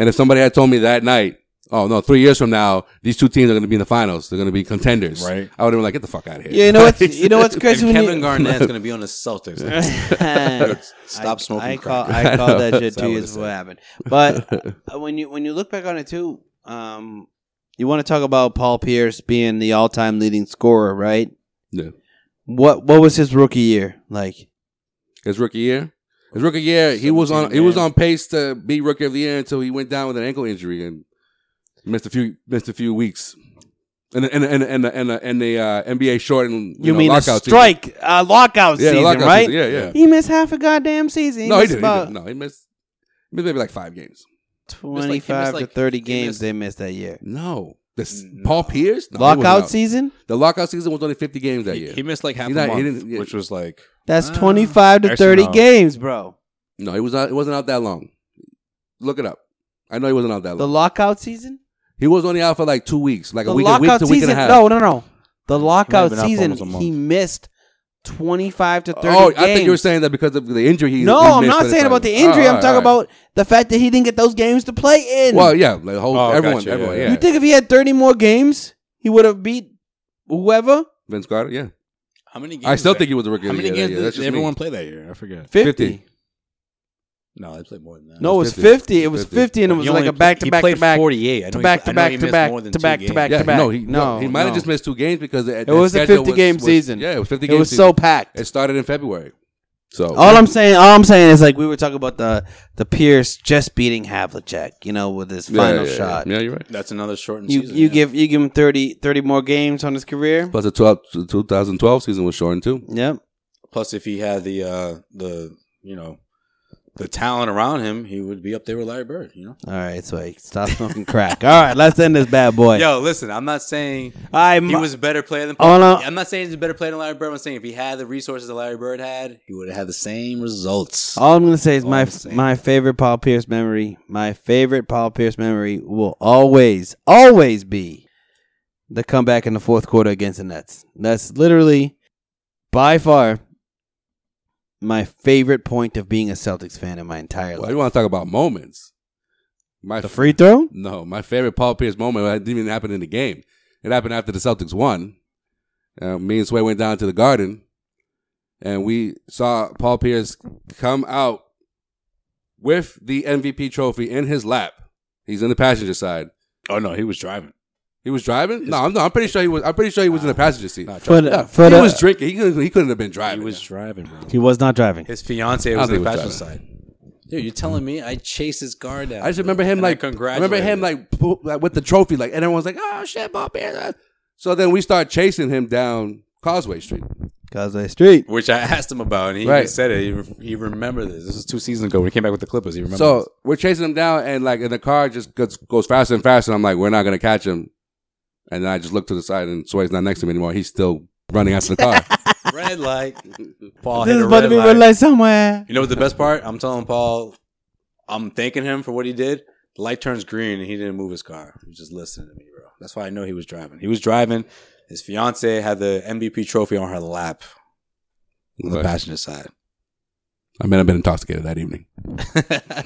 E: And if somebody had told me that night, "Oh no, three years from now, these two teams are going to be in the finals. They're going to be contenders,"
H: Right.
E: I would have been like, "Get the fuck out of here."
D: Yeah, you know what's you
E: [laughs]
D: know what's
H: If
D: crazy when
H: Kevin
D: you,
H: Garnett's going to be on the
D: [laughs]
H: Celtics. Stop
D: I,
H: smoking
D: I
H: crack.
D: call, I called that shit
H: That's what [laughs]
D: two
H: I
D: years
H: said.
D: what happened.
H: [laughs]
D: But uh, when you when you look back on it too, um, you want to talk about Paul Pierce being the all time leading scorer, right?
E: Yeah.
D: What what was his rookie year like?
E: His rookie year, His rookie year, he was on
H: 17,
E: he was
H: man.
E: on pace to be rookie of the year until he went down with an ankle injury and missed a few missed a few weeks. And and and and and, and the uh, NBA shortened
D: You,
E: know,
D: mean a
E: lockout season.
D: strike, uh, lockout
E: Yeah, the
D: season,
E: lockout
D: right?
E: season, yeah, yeah.
D: He missed half a goddamn season.
E: no, he
D: missed
E: didn't, he
D: about
E: didn't. No, he missed, he missed maybe like five games.
H: missed, like,
D: 25 to
H: like-
D: 30
H: he
D: games
H: missed-
D: they missed that year.
E: No, this Paul Pierce No, he wasn't
D: Mm, Lockout
E: out.
D: season?
E: The lockout season was only fifty games that year.
H: He missed like half
E: He's
H: a
E: not- he
H: month,
E: didn't- yeah.
H: which was like
E: Ah.
D: That's 25 to
H: Actually,
D: 30
H: no.
D: games, bro.
E: No, it was not. It wasn't out that long. Look it up. I know he wasn't out that long.
D: The lockout season?
E: he was only out for like two weeks, like
D: The
E: a week, a week
D: lockout
E: to week
D: season?
E: and a half.
D: No, no, no. The
H: have
D: lockout
H: been out for
D: season,
H: almost a month.
D: he missed 25 to 30
E: Oh,
D: games.
E: I think you were saying that because of the injury. He
D: no,
E: he
D: I'm
E: missed
D: not
E: by
D: saying
E: time.
D: about the injury.
E: All
D: I'm
E: right,
D: talking
E: all right.
D: about the fact that he didn't get those games to play in.
E: Well, yeah, like the whole
H: Oh,
E: everyone,
H: gotcha,
E: everyone,
H: yeah,
E: yeah.
D: You think if he had 30 more games, he would have beat whoever?
E: Vince Carter? Yeah,
H: how many? games
E: I still
H: that-
E: think he was a rookie.
H: How
E: of the
H: many
E: year that
H: games
E: year.
H: did
E: That's just me.
H: everyone play that year? I forget.
D: 50.
E: 50.
H: No, they played more than that.
D: No, it was 50.
E: 50.
D: It was 50,
E: 50.
D: and it was like a back to back to back.
H: Forty-eight. I know
D: to
H: he-
D: back
H: I
D: to
H: know
D: back
H: he
D: to
H: missed
D: back
H: more than
D: to
H: two
D: back to
H: games.
D: back
E: Yeah,
D: to back.
E: no, he, no,
D: No,
E: he might have
D: no.
E: just missed two games because it,
D: It was a 50 game season.
E: Yeah, it was fifty.
D: It
E: game
D: was
E: season.
D: so packed.
E: It started in February. So
D: All I'm saying, all I'm saying is like we were talking about the the Pierce just beating Havlicek, you know, with his
E: Yeah,
D: final
E: yeah, yeah.
D: shot.
E: Yeah, you're right.
H: That's another shortened
D: You
H: season.
D: you
H: yeah.
D: give you give him 30, 30 more games on his career.
E: Plus the 12, 2012 season was shortened too.
D: Yep.
H: plus if he had the uh the you know the talent around him, he would be up there with Larry Bird. You know.
D: All right, so like, stop smoking crack. All right, let's end this bad boy.
H: Yo, listen, I'm not saying
D: I
H: he was a better player than.
E: Oh,
D: All I-
H: I'm not saying he's a better player than Larry Bird. I'm saying if he had the resources that Larry Bird had, he would have had the same results.
E: Oh.
D: All I'm gonna say is
H: All
D: my
H: Oh, I'm saying.
D: my favorite Paul Pierce memory. My favorite Paul Pierce memory will always always be the comeback in the fourth quarter against the Nets. That's literally by far my favorite point of being a Celtics fan in my entire
E: Well,
D: life.
E: you want to talk about moments? My
D: The free throw.
E: No, my favorite Paul Pierce moment it didn't even happen in the game. It happened after the Celtics won. Uh, me and Sway went down to the Garden, and we saw Paul Pierce come out with the MVP trophy in his lap. He's in the passenger side.
H: oh no, he was driving.
E: He was driving. No, I'm, no, I'm pretty sure he was. I'm pretty sure he was in the passenger seat.
H: Nah,
D: For
H: driving.
D: the,
E: Yeah,
D: for
E: he
D: the,
E: was drinking. He couldn't, he couldn't have been driving.
H: he was driving, bro.
D: he was not driving.
H: His fiance
E: I
H: was
E: don't
H: on the
E: think he
H: passenger
E: was
H: side. Dude, you're telling me I chased his car down.
E: I just remember him like I remember him like, pu- like with the trophy like and everyone's like oh shit Bob Bear. So then we start chasing him down Causeway Street.
D: Causeway Street.
H: which I asked him about, and he
E: Right.
H: even said it. He, re- he remembered this. This was two seasons ago when he came back with the Clippers. He remembered.
E: So we're chasing him down and like and the car just goes, goes faster and faster. And I'm like we're not gonna catch him. And then I just look to the side and Sway's not next to me anymore. He's still running after
H: [laughs]
E: the car.
H: this. red light. Paul
D: This
H: hit
D: is
H: a
D: about to
H: red
D: be
H: light.
D: red light somewhere.
H: You know what the best part? I'm telling Paul, I'm thanking him for what he did. The light turns green, and he didn't move his car. He was just listening to me, bro. That's why I know he was driving. He was driving. His fiance had the MVP trophy on her lap on the
E: Right.
H: passenger
E: [laughs]
H: side.
E: I mean I've been intoxicated that evening.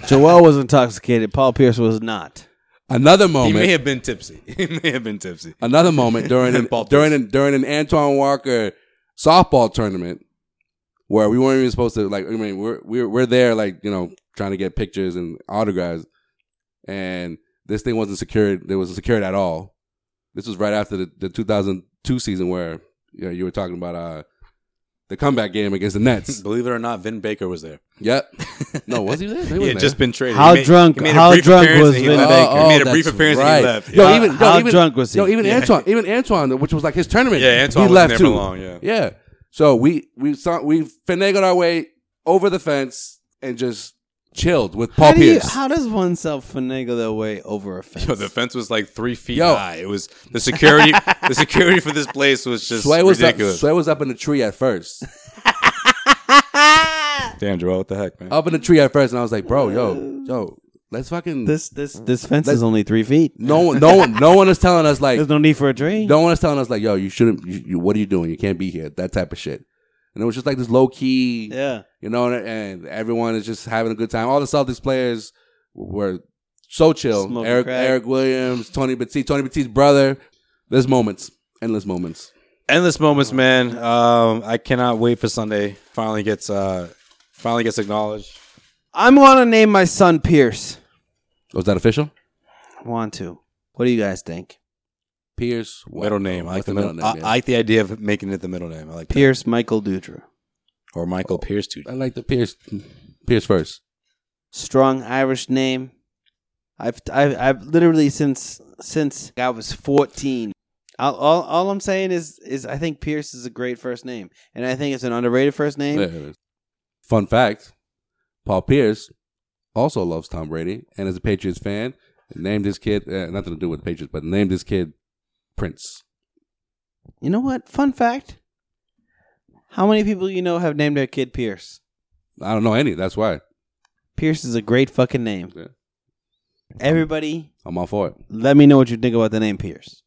D: Joel was intoxicated. Paul Pierce was not.
E: Another
H: he may
E: moment.
H: have been tipsy. [laughs] He may have been tipsy.
E: Another moment during an,
H: Paul Pierce.
E: during an, during an Antoine Walker softball tournament where we weren't even supposed to like. I mean, we're we're we're there like you know trying to get pictures and autographs, and this thing wasn't secured. It wasn't secured at all. This was right after the, the 2002 season where you know you were talking about uh the comeback game against
H: [laughs]
E: the Nets.
H: Believe it or not, Vin Baker was there.
E: yep. No, was he there? He
H: He
E: wasn't
H: had just
E: there.
H: been traded.
D: How
H: He made-
D: drunk-
H: he made a
D: how
H: brief
D: drunk
H: appearance
D: was
H: and he
D: Vin
H: left.
D: Baker?
H: He made a
E: Oh,
H: [laughs]
E: that's
H: brief appearance
E: right.
H: and he left.
E: Yo,
D: How-
E: even, yo,
D: how
E: even-
D: drunk was he?
E: Yo, even
H: Yeah.
E: Antoine, even Antoine, which was like his tournament.
H: Yeah, Antoine
E: he
H: wasn't
E: left
H: there for
E: too.
H: long, yeah.
E: yeah. So we we saw we finagled our way over the fence and just chilled with Paul
D: How, do you,
E: Pierce.
D: how does oneself finagle their way over a fence?
H: Yo, the fence was like three feet
E: Yo.
H: high. It was the security. the security for this place
D: [laughs]
H: was just
E: Sway was up,
H: ridiculous.
E: Sway was up in the tree at first,
H: Damn, Joel, what the heck, man?
E: up in the tree at first, and I was like, "Bro, yo, yo, let's
D: [laughs]
E: fucking
D: This this this fence is only three feet.
E: no one, no one, no one is telling us like,
D: There's no need for a tree.
E: no one is telling us like, yo, you shouldn't. You, you, what are you doing? You can't be here. That type of shit." And it was just like this low key,
D: Yeah.
E: you know, and, and everyone is just having a good time. All the Celtics players were so chill.
D: Smoking
E: Eric
D: crack.
E: Eric Williams, Tony Batiste, Tony Batiste's brother. There's moments, endless moments.
H: Endless moments, man. Um, I cannot wait for Sunday. Finally gets uh, finally gets acknowledged.
D: I want to name my son Pierce.
E: Was that official?
D: I want to. What do you guys think?
E: Pierce. what-
H: Middle name. I like
E: what's
H: the middle. I, I
E: yeah.
H: like the idea of making it the middle name. I like that.
D: Pierce Michael Dutra.
H: or Michael Pierce too.
E: I like the Pierce. Pierce first.
D: Strong Irish name. I've, I've I've literally since since I was fourteen. I'll, all all I'm saying is is I think Pierce is a great first name, and I think it's an underrated first name.
E: Yeah, it is. Fun fact: Paul Pierce also loves Tom Brady and is a Patriots fan. Named his kid uh, nothing to do with the Patriots, but named his kid Prince.
D: You know what? Fun fact: How many people you know have named their kid Pierce?
E: I don't know any. That's why
D: Pierce is a great fucking name.
E: Yeah.
D: Everybody,
E: I'm all for it.
D: let me know what you think about the name Pierce.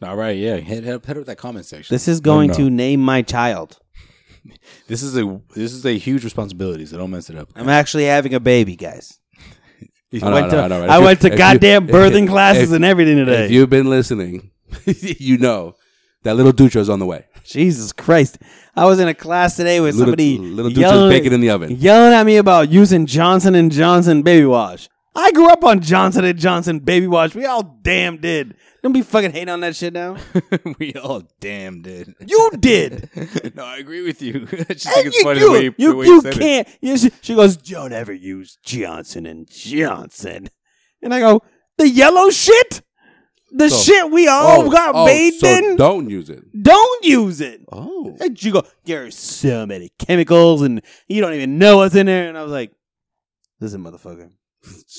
H: Uh, All right, yeah. Hit, hit up hit up that comment section.
D: This is going
H: No, no.
D: to name my child.
H: This is a this is a huge responsibility. So don't mess it up. [laughs]
D: I'm actually having a baby, guys.
H: You
D: I
E: know,
D: went
E: know,
D: to,
E: know. If
D: I
E: you-
D: went to
E: if you-
D: goddamn birthing
E: if-
D: classes
E: if-
D: and everything today.
E: If you've been listening, [laughs] you know that little Ducho's on the way.
D: Jesus Christ. I was in a class today with
E: Little-
D: somebody
E: little dude just
D: yelling,
E: baking in the oven.
D: yelling at me about using Johnson and Johnson baby wash. I grew up on Johnson and Johnson baby wash. We all damn did. Don't be fucking hating on that shit now.
H: we all damn did. [laughs]
D: You did.
H: no, I agree with you. [laughs] I just
D: And
H: think it's
D: you
H: funny
D: you,
H: the way you,
D: you,
H: the way
D: you
H: said [laughs]
D: can't. You- she, she goes, "Don't ever use Johnson and Johnson." And I go, "The yellow shit, the
E: So-
D: shit we all got
E: oh,
D: bathed
E: so
D: in. Don't,
E: Don't use it.
D: use it."
E: Oh,
D: And she go, "There's so many chemicals, and you don't even know what's in there." And I was like, "Listen, motherfucker,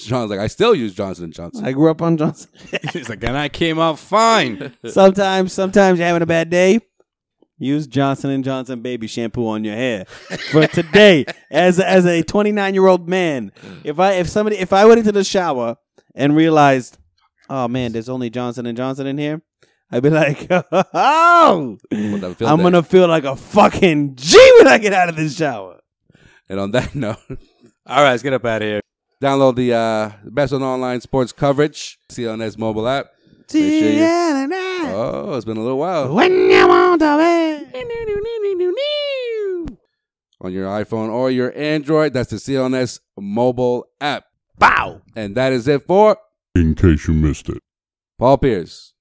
E: John's like I still use Johnson and Johnson.
D: I grew up on Johnson. [laughs]
H: it. It's like, and I came out [laughs] fine.
D: sometimes, sometimes you're having a bad day." Use Johnson and Johnson baby shampoo on your hair for today. as as a 29 year old man, if I if somebody if I went into the shower and realized, oh man, there's only Johnson and Johnson in here, I'd be like, [laughs] oh,
E: that field
D: I'm
E: day.
D: gonna feel like a fucking G when I get out of this shower.
E: And on that [laughs] note,
H: All right, let's get up out of here.
E: download the uh, best on online sports coverage. CLNS mobile app. Make sure you-
D: When
E: Oh, it's been a little while.
D: you want to be.
E: On your iPhone or your Android, that's the CLNS mobile app.
D: Bow.
E: And that is it for
K: In case you missed it.
E: Paul Pierce.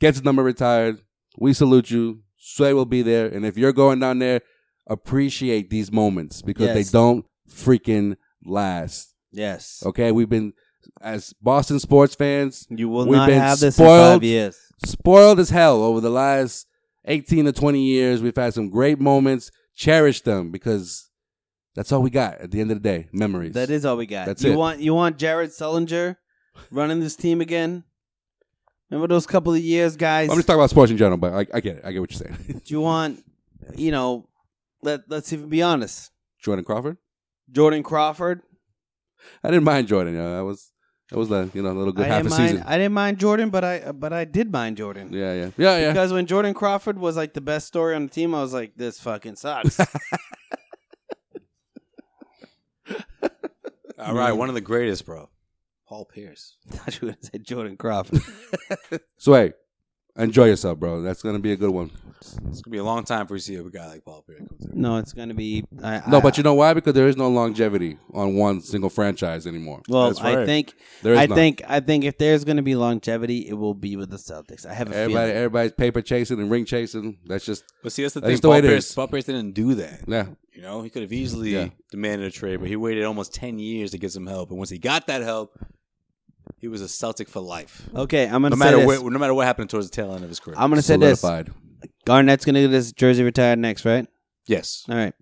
E: Gets his number retired. We salute you. Sway will be there. And if you're going down there, appreciate these moments because
D: Yes.
E: they don't freaking last.
D: Yes.
E: Okay, we've been as Boston sports fans,
D: You will
E: We've
D: not
E: been
D: have this in
E: spoiled.
D: five years.
E: spoiled as hell over the last 18 to 20 years. We've had some great moments. Cherish them because that's all we got at the end of the day. Memories.
D: That is all we got.
E: That's
D: you
E: it.
D: want you want Jared Sullinger running this team again? Remember those couple of years, guys?
E: I'm just talking about sports in general, but I, I get it. I get what you're saying. [laughs]
D: Do you want you know, let let's even be honest.
E: Jordan Crawford.
D: Jordan Crawford.
E: I didn't mind Jordan. You know, I was that was a you know a little good
D: I
E: half a
D: didn't mind
E: season.
D: I didn't mind Jordan, but I but I did mind Jordan.
E: yeah, yeah, yeah, yeah.
D: Because when Jordan Crawford was like the best story on the team, I was like, this fucking
E: [laughs]
D: sucks.
H: All right, one of the greatest, bro. Paul
D: [laughs]
H: Pierce.
D: thought you were gonna say Jordan
E: [laughs]
D: Crawford.
E: So hey, enjoy yourself, bro. That's gonna be a good one.
H: It's gonna be a long time before we see a guy like Paul Pierce.
D: No, it's gonna be I,
E: No,
D: I-
E: but you know why? Because there is no longevity on one single franchise anymore.
D: well,
H: That's
D: I
H: right.
D: think
E: There is
D: I
E: none.
D: think I think if there's going to be longevity, it will be with the Celtics. I have a
E: everybody,
D: feeling.
E: everybody's paper chasing and ring chasing. That's just
H: But see, that's the
E: That's
H: thing.
E: the way
H: Paul
E: it
H: Pierce,
E: is.
H: Paul Pierce didn't do that.
E: yeah.
H: You know, he could have easily
E: Yeah.
H: demanded a trade, but he waited almost ten years to get some help. And once he got that help, he was a Celtic for life.
D: Okay, I'm gonna
H: No
D: say
H: matter
D: this.
H: what, no matter what happened towards the tail end of his career.
D: I'm gonna say this.
E: solidified.
D: Garnett's gonna get his jersey retired next, right? [laughs]
H: yes,
D: All right.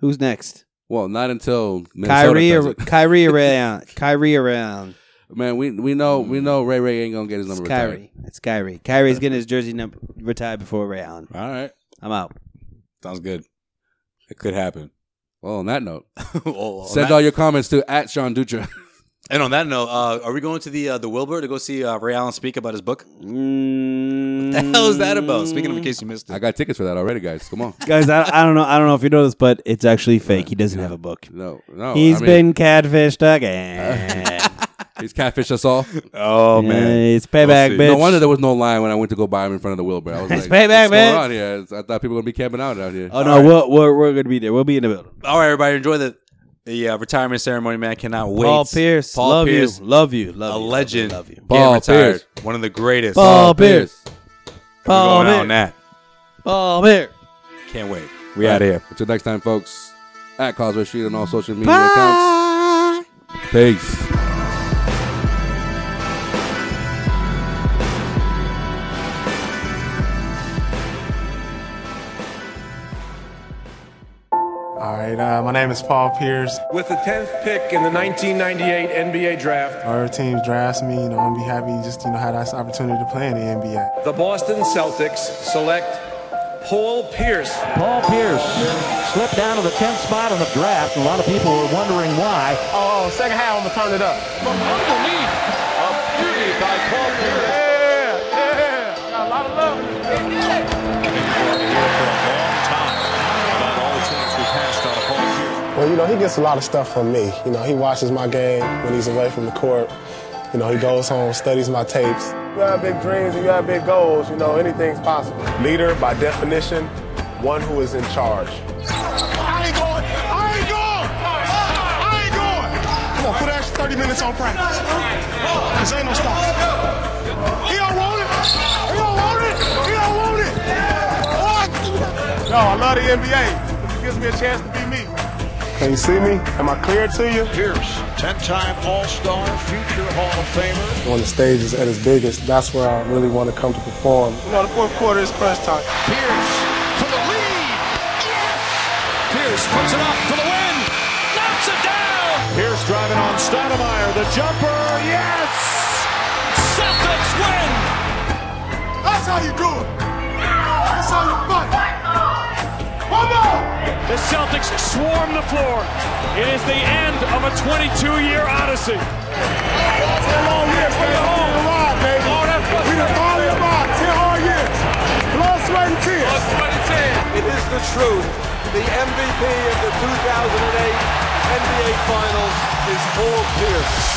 D: Who's next?
E: Well, not until Minnesota
D: Kyrie
E: does
D: or
E: it.
D: Kyrie around. [laughs] Kyrie around.
E: [laughs] Man, we we know we know Ray Ray ain't gonna get his
D: It's
E: number retired.
D: Kyrie. It's Kyrie. Kyrie's getting his jersey number retired before Ray Allen.
H: All right.
D: I'm out.
H: Sounds good. It could happen.
E: Well, on that note,
H: [laughs] Well, on
E: send
H: that-
E: all your comments to at Sean Dutra. [laughs]
H: and on that note, uh, are we going to the uh, the Wilbur to go see uh, Ray Allen speak about his book? [laughs]
D: Mm.
H: The hell is that about? Speaking of, in case you missed it,
E: I got tickets for that already, guys. Come on.
D: guys, I, I don't know. I don't know if you know this, but it's actually fake. He doesn't have a book.
E: No, no.
D: He's
E: I mean,
D: been catfished again.
E: he's catfished
D: [laughs]
E: us all.
H: [laughs] oh man,
D: it's payback,
H: see.
D: bitch.
E: No wonder there was no line when I went to go buy him in front of the
D: [laughs]
E: Wilbur. I was like,
D: It's payback,
E: what's
D: man."
E: going on here? It's- I thought people were gonna be camping out out here.
D: oh no, we're, we're we're gonna be there. We'll be in the building.
H: all right, everybody, enjoy the the uh, retirement ceremony. Man, I cannot wait.
D: Paul Pierce,
H: Paul
D: love
H: Pierce,
D: you, love you, love
H: a
D: you, love you,
H: legend.
D: Love you,
H: Paul
E: Paul
H: retired.
E: Pierce.
H: One of the greatest.
E: Uh,
D: Paul Pierce,
H: We're
D: Paul
H: going out on
D: Pierce,
H: that.
D: Paul Pierce.
H: Can't wait. We out of here.
E: Until next time, folks. at Causeway Street on all social media
D: Ah.
E: accounts. Peace.
I: All right, uh, my name is Paul Pierce.
H: With the 10th pick in the 1998 NBA draft,
I: Our team drafts me, you know, I'm be happy just you know had this opportunity to play in the NBA.
H: the Boston Celtics select Paul Pierce.
D: Paul Pierce slipped down to the 10th spot in the draft. A lot of people were wondering why.
L: Oh, second half, I'm gonna turn it up. From underneath, a beauty by Paul Pierce. Yeah, yeah. Got a lot of love.
I: Well, you know, he gets a lot of stuff from me. You know, he watches my game when he's away from the court. You know, he goes home, studies my tapes.
M: You have big dreams and you have big goals. You know, anything's possible. Leader, by definition, one who is in charge.
N: I ain't going. I ain't going. I ain't going. Ah, Come on, put an extra 30 minutes on practice. This ain't no stop. He don't want it. He don't want it. He don't want it. What?
M: No, I love the NBA. It gives me a chance to be me.
I: Can you see me? Am I clear to you?
H: Pierce, 10-time All-Star, future Hall of Famer.
I: When the stage is at its biggest, that's where I really want to come to perform.
M: You know, the fourth quarter is crunch time.
N: Pierce for the lead. Pierce puts it up for the win. Knocks it down. Pierce driving on Stoudemire. The jumper. Yes. Celtics win. That's how you do it. That's how you fight. One more. The Celtics swarm the floor. It is the end of a 22-year odyssey.
O: It is the truth. The MVP of the 2008 NBA Finals is Paul Pierce.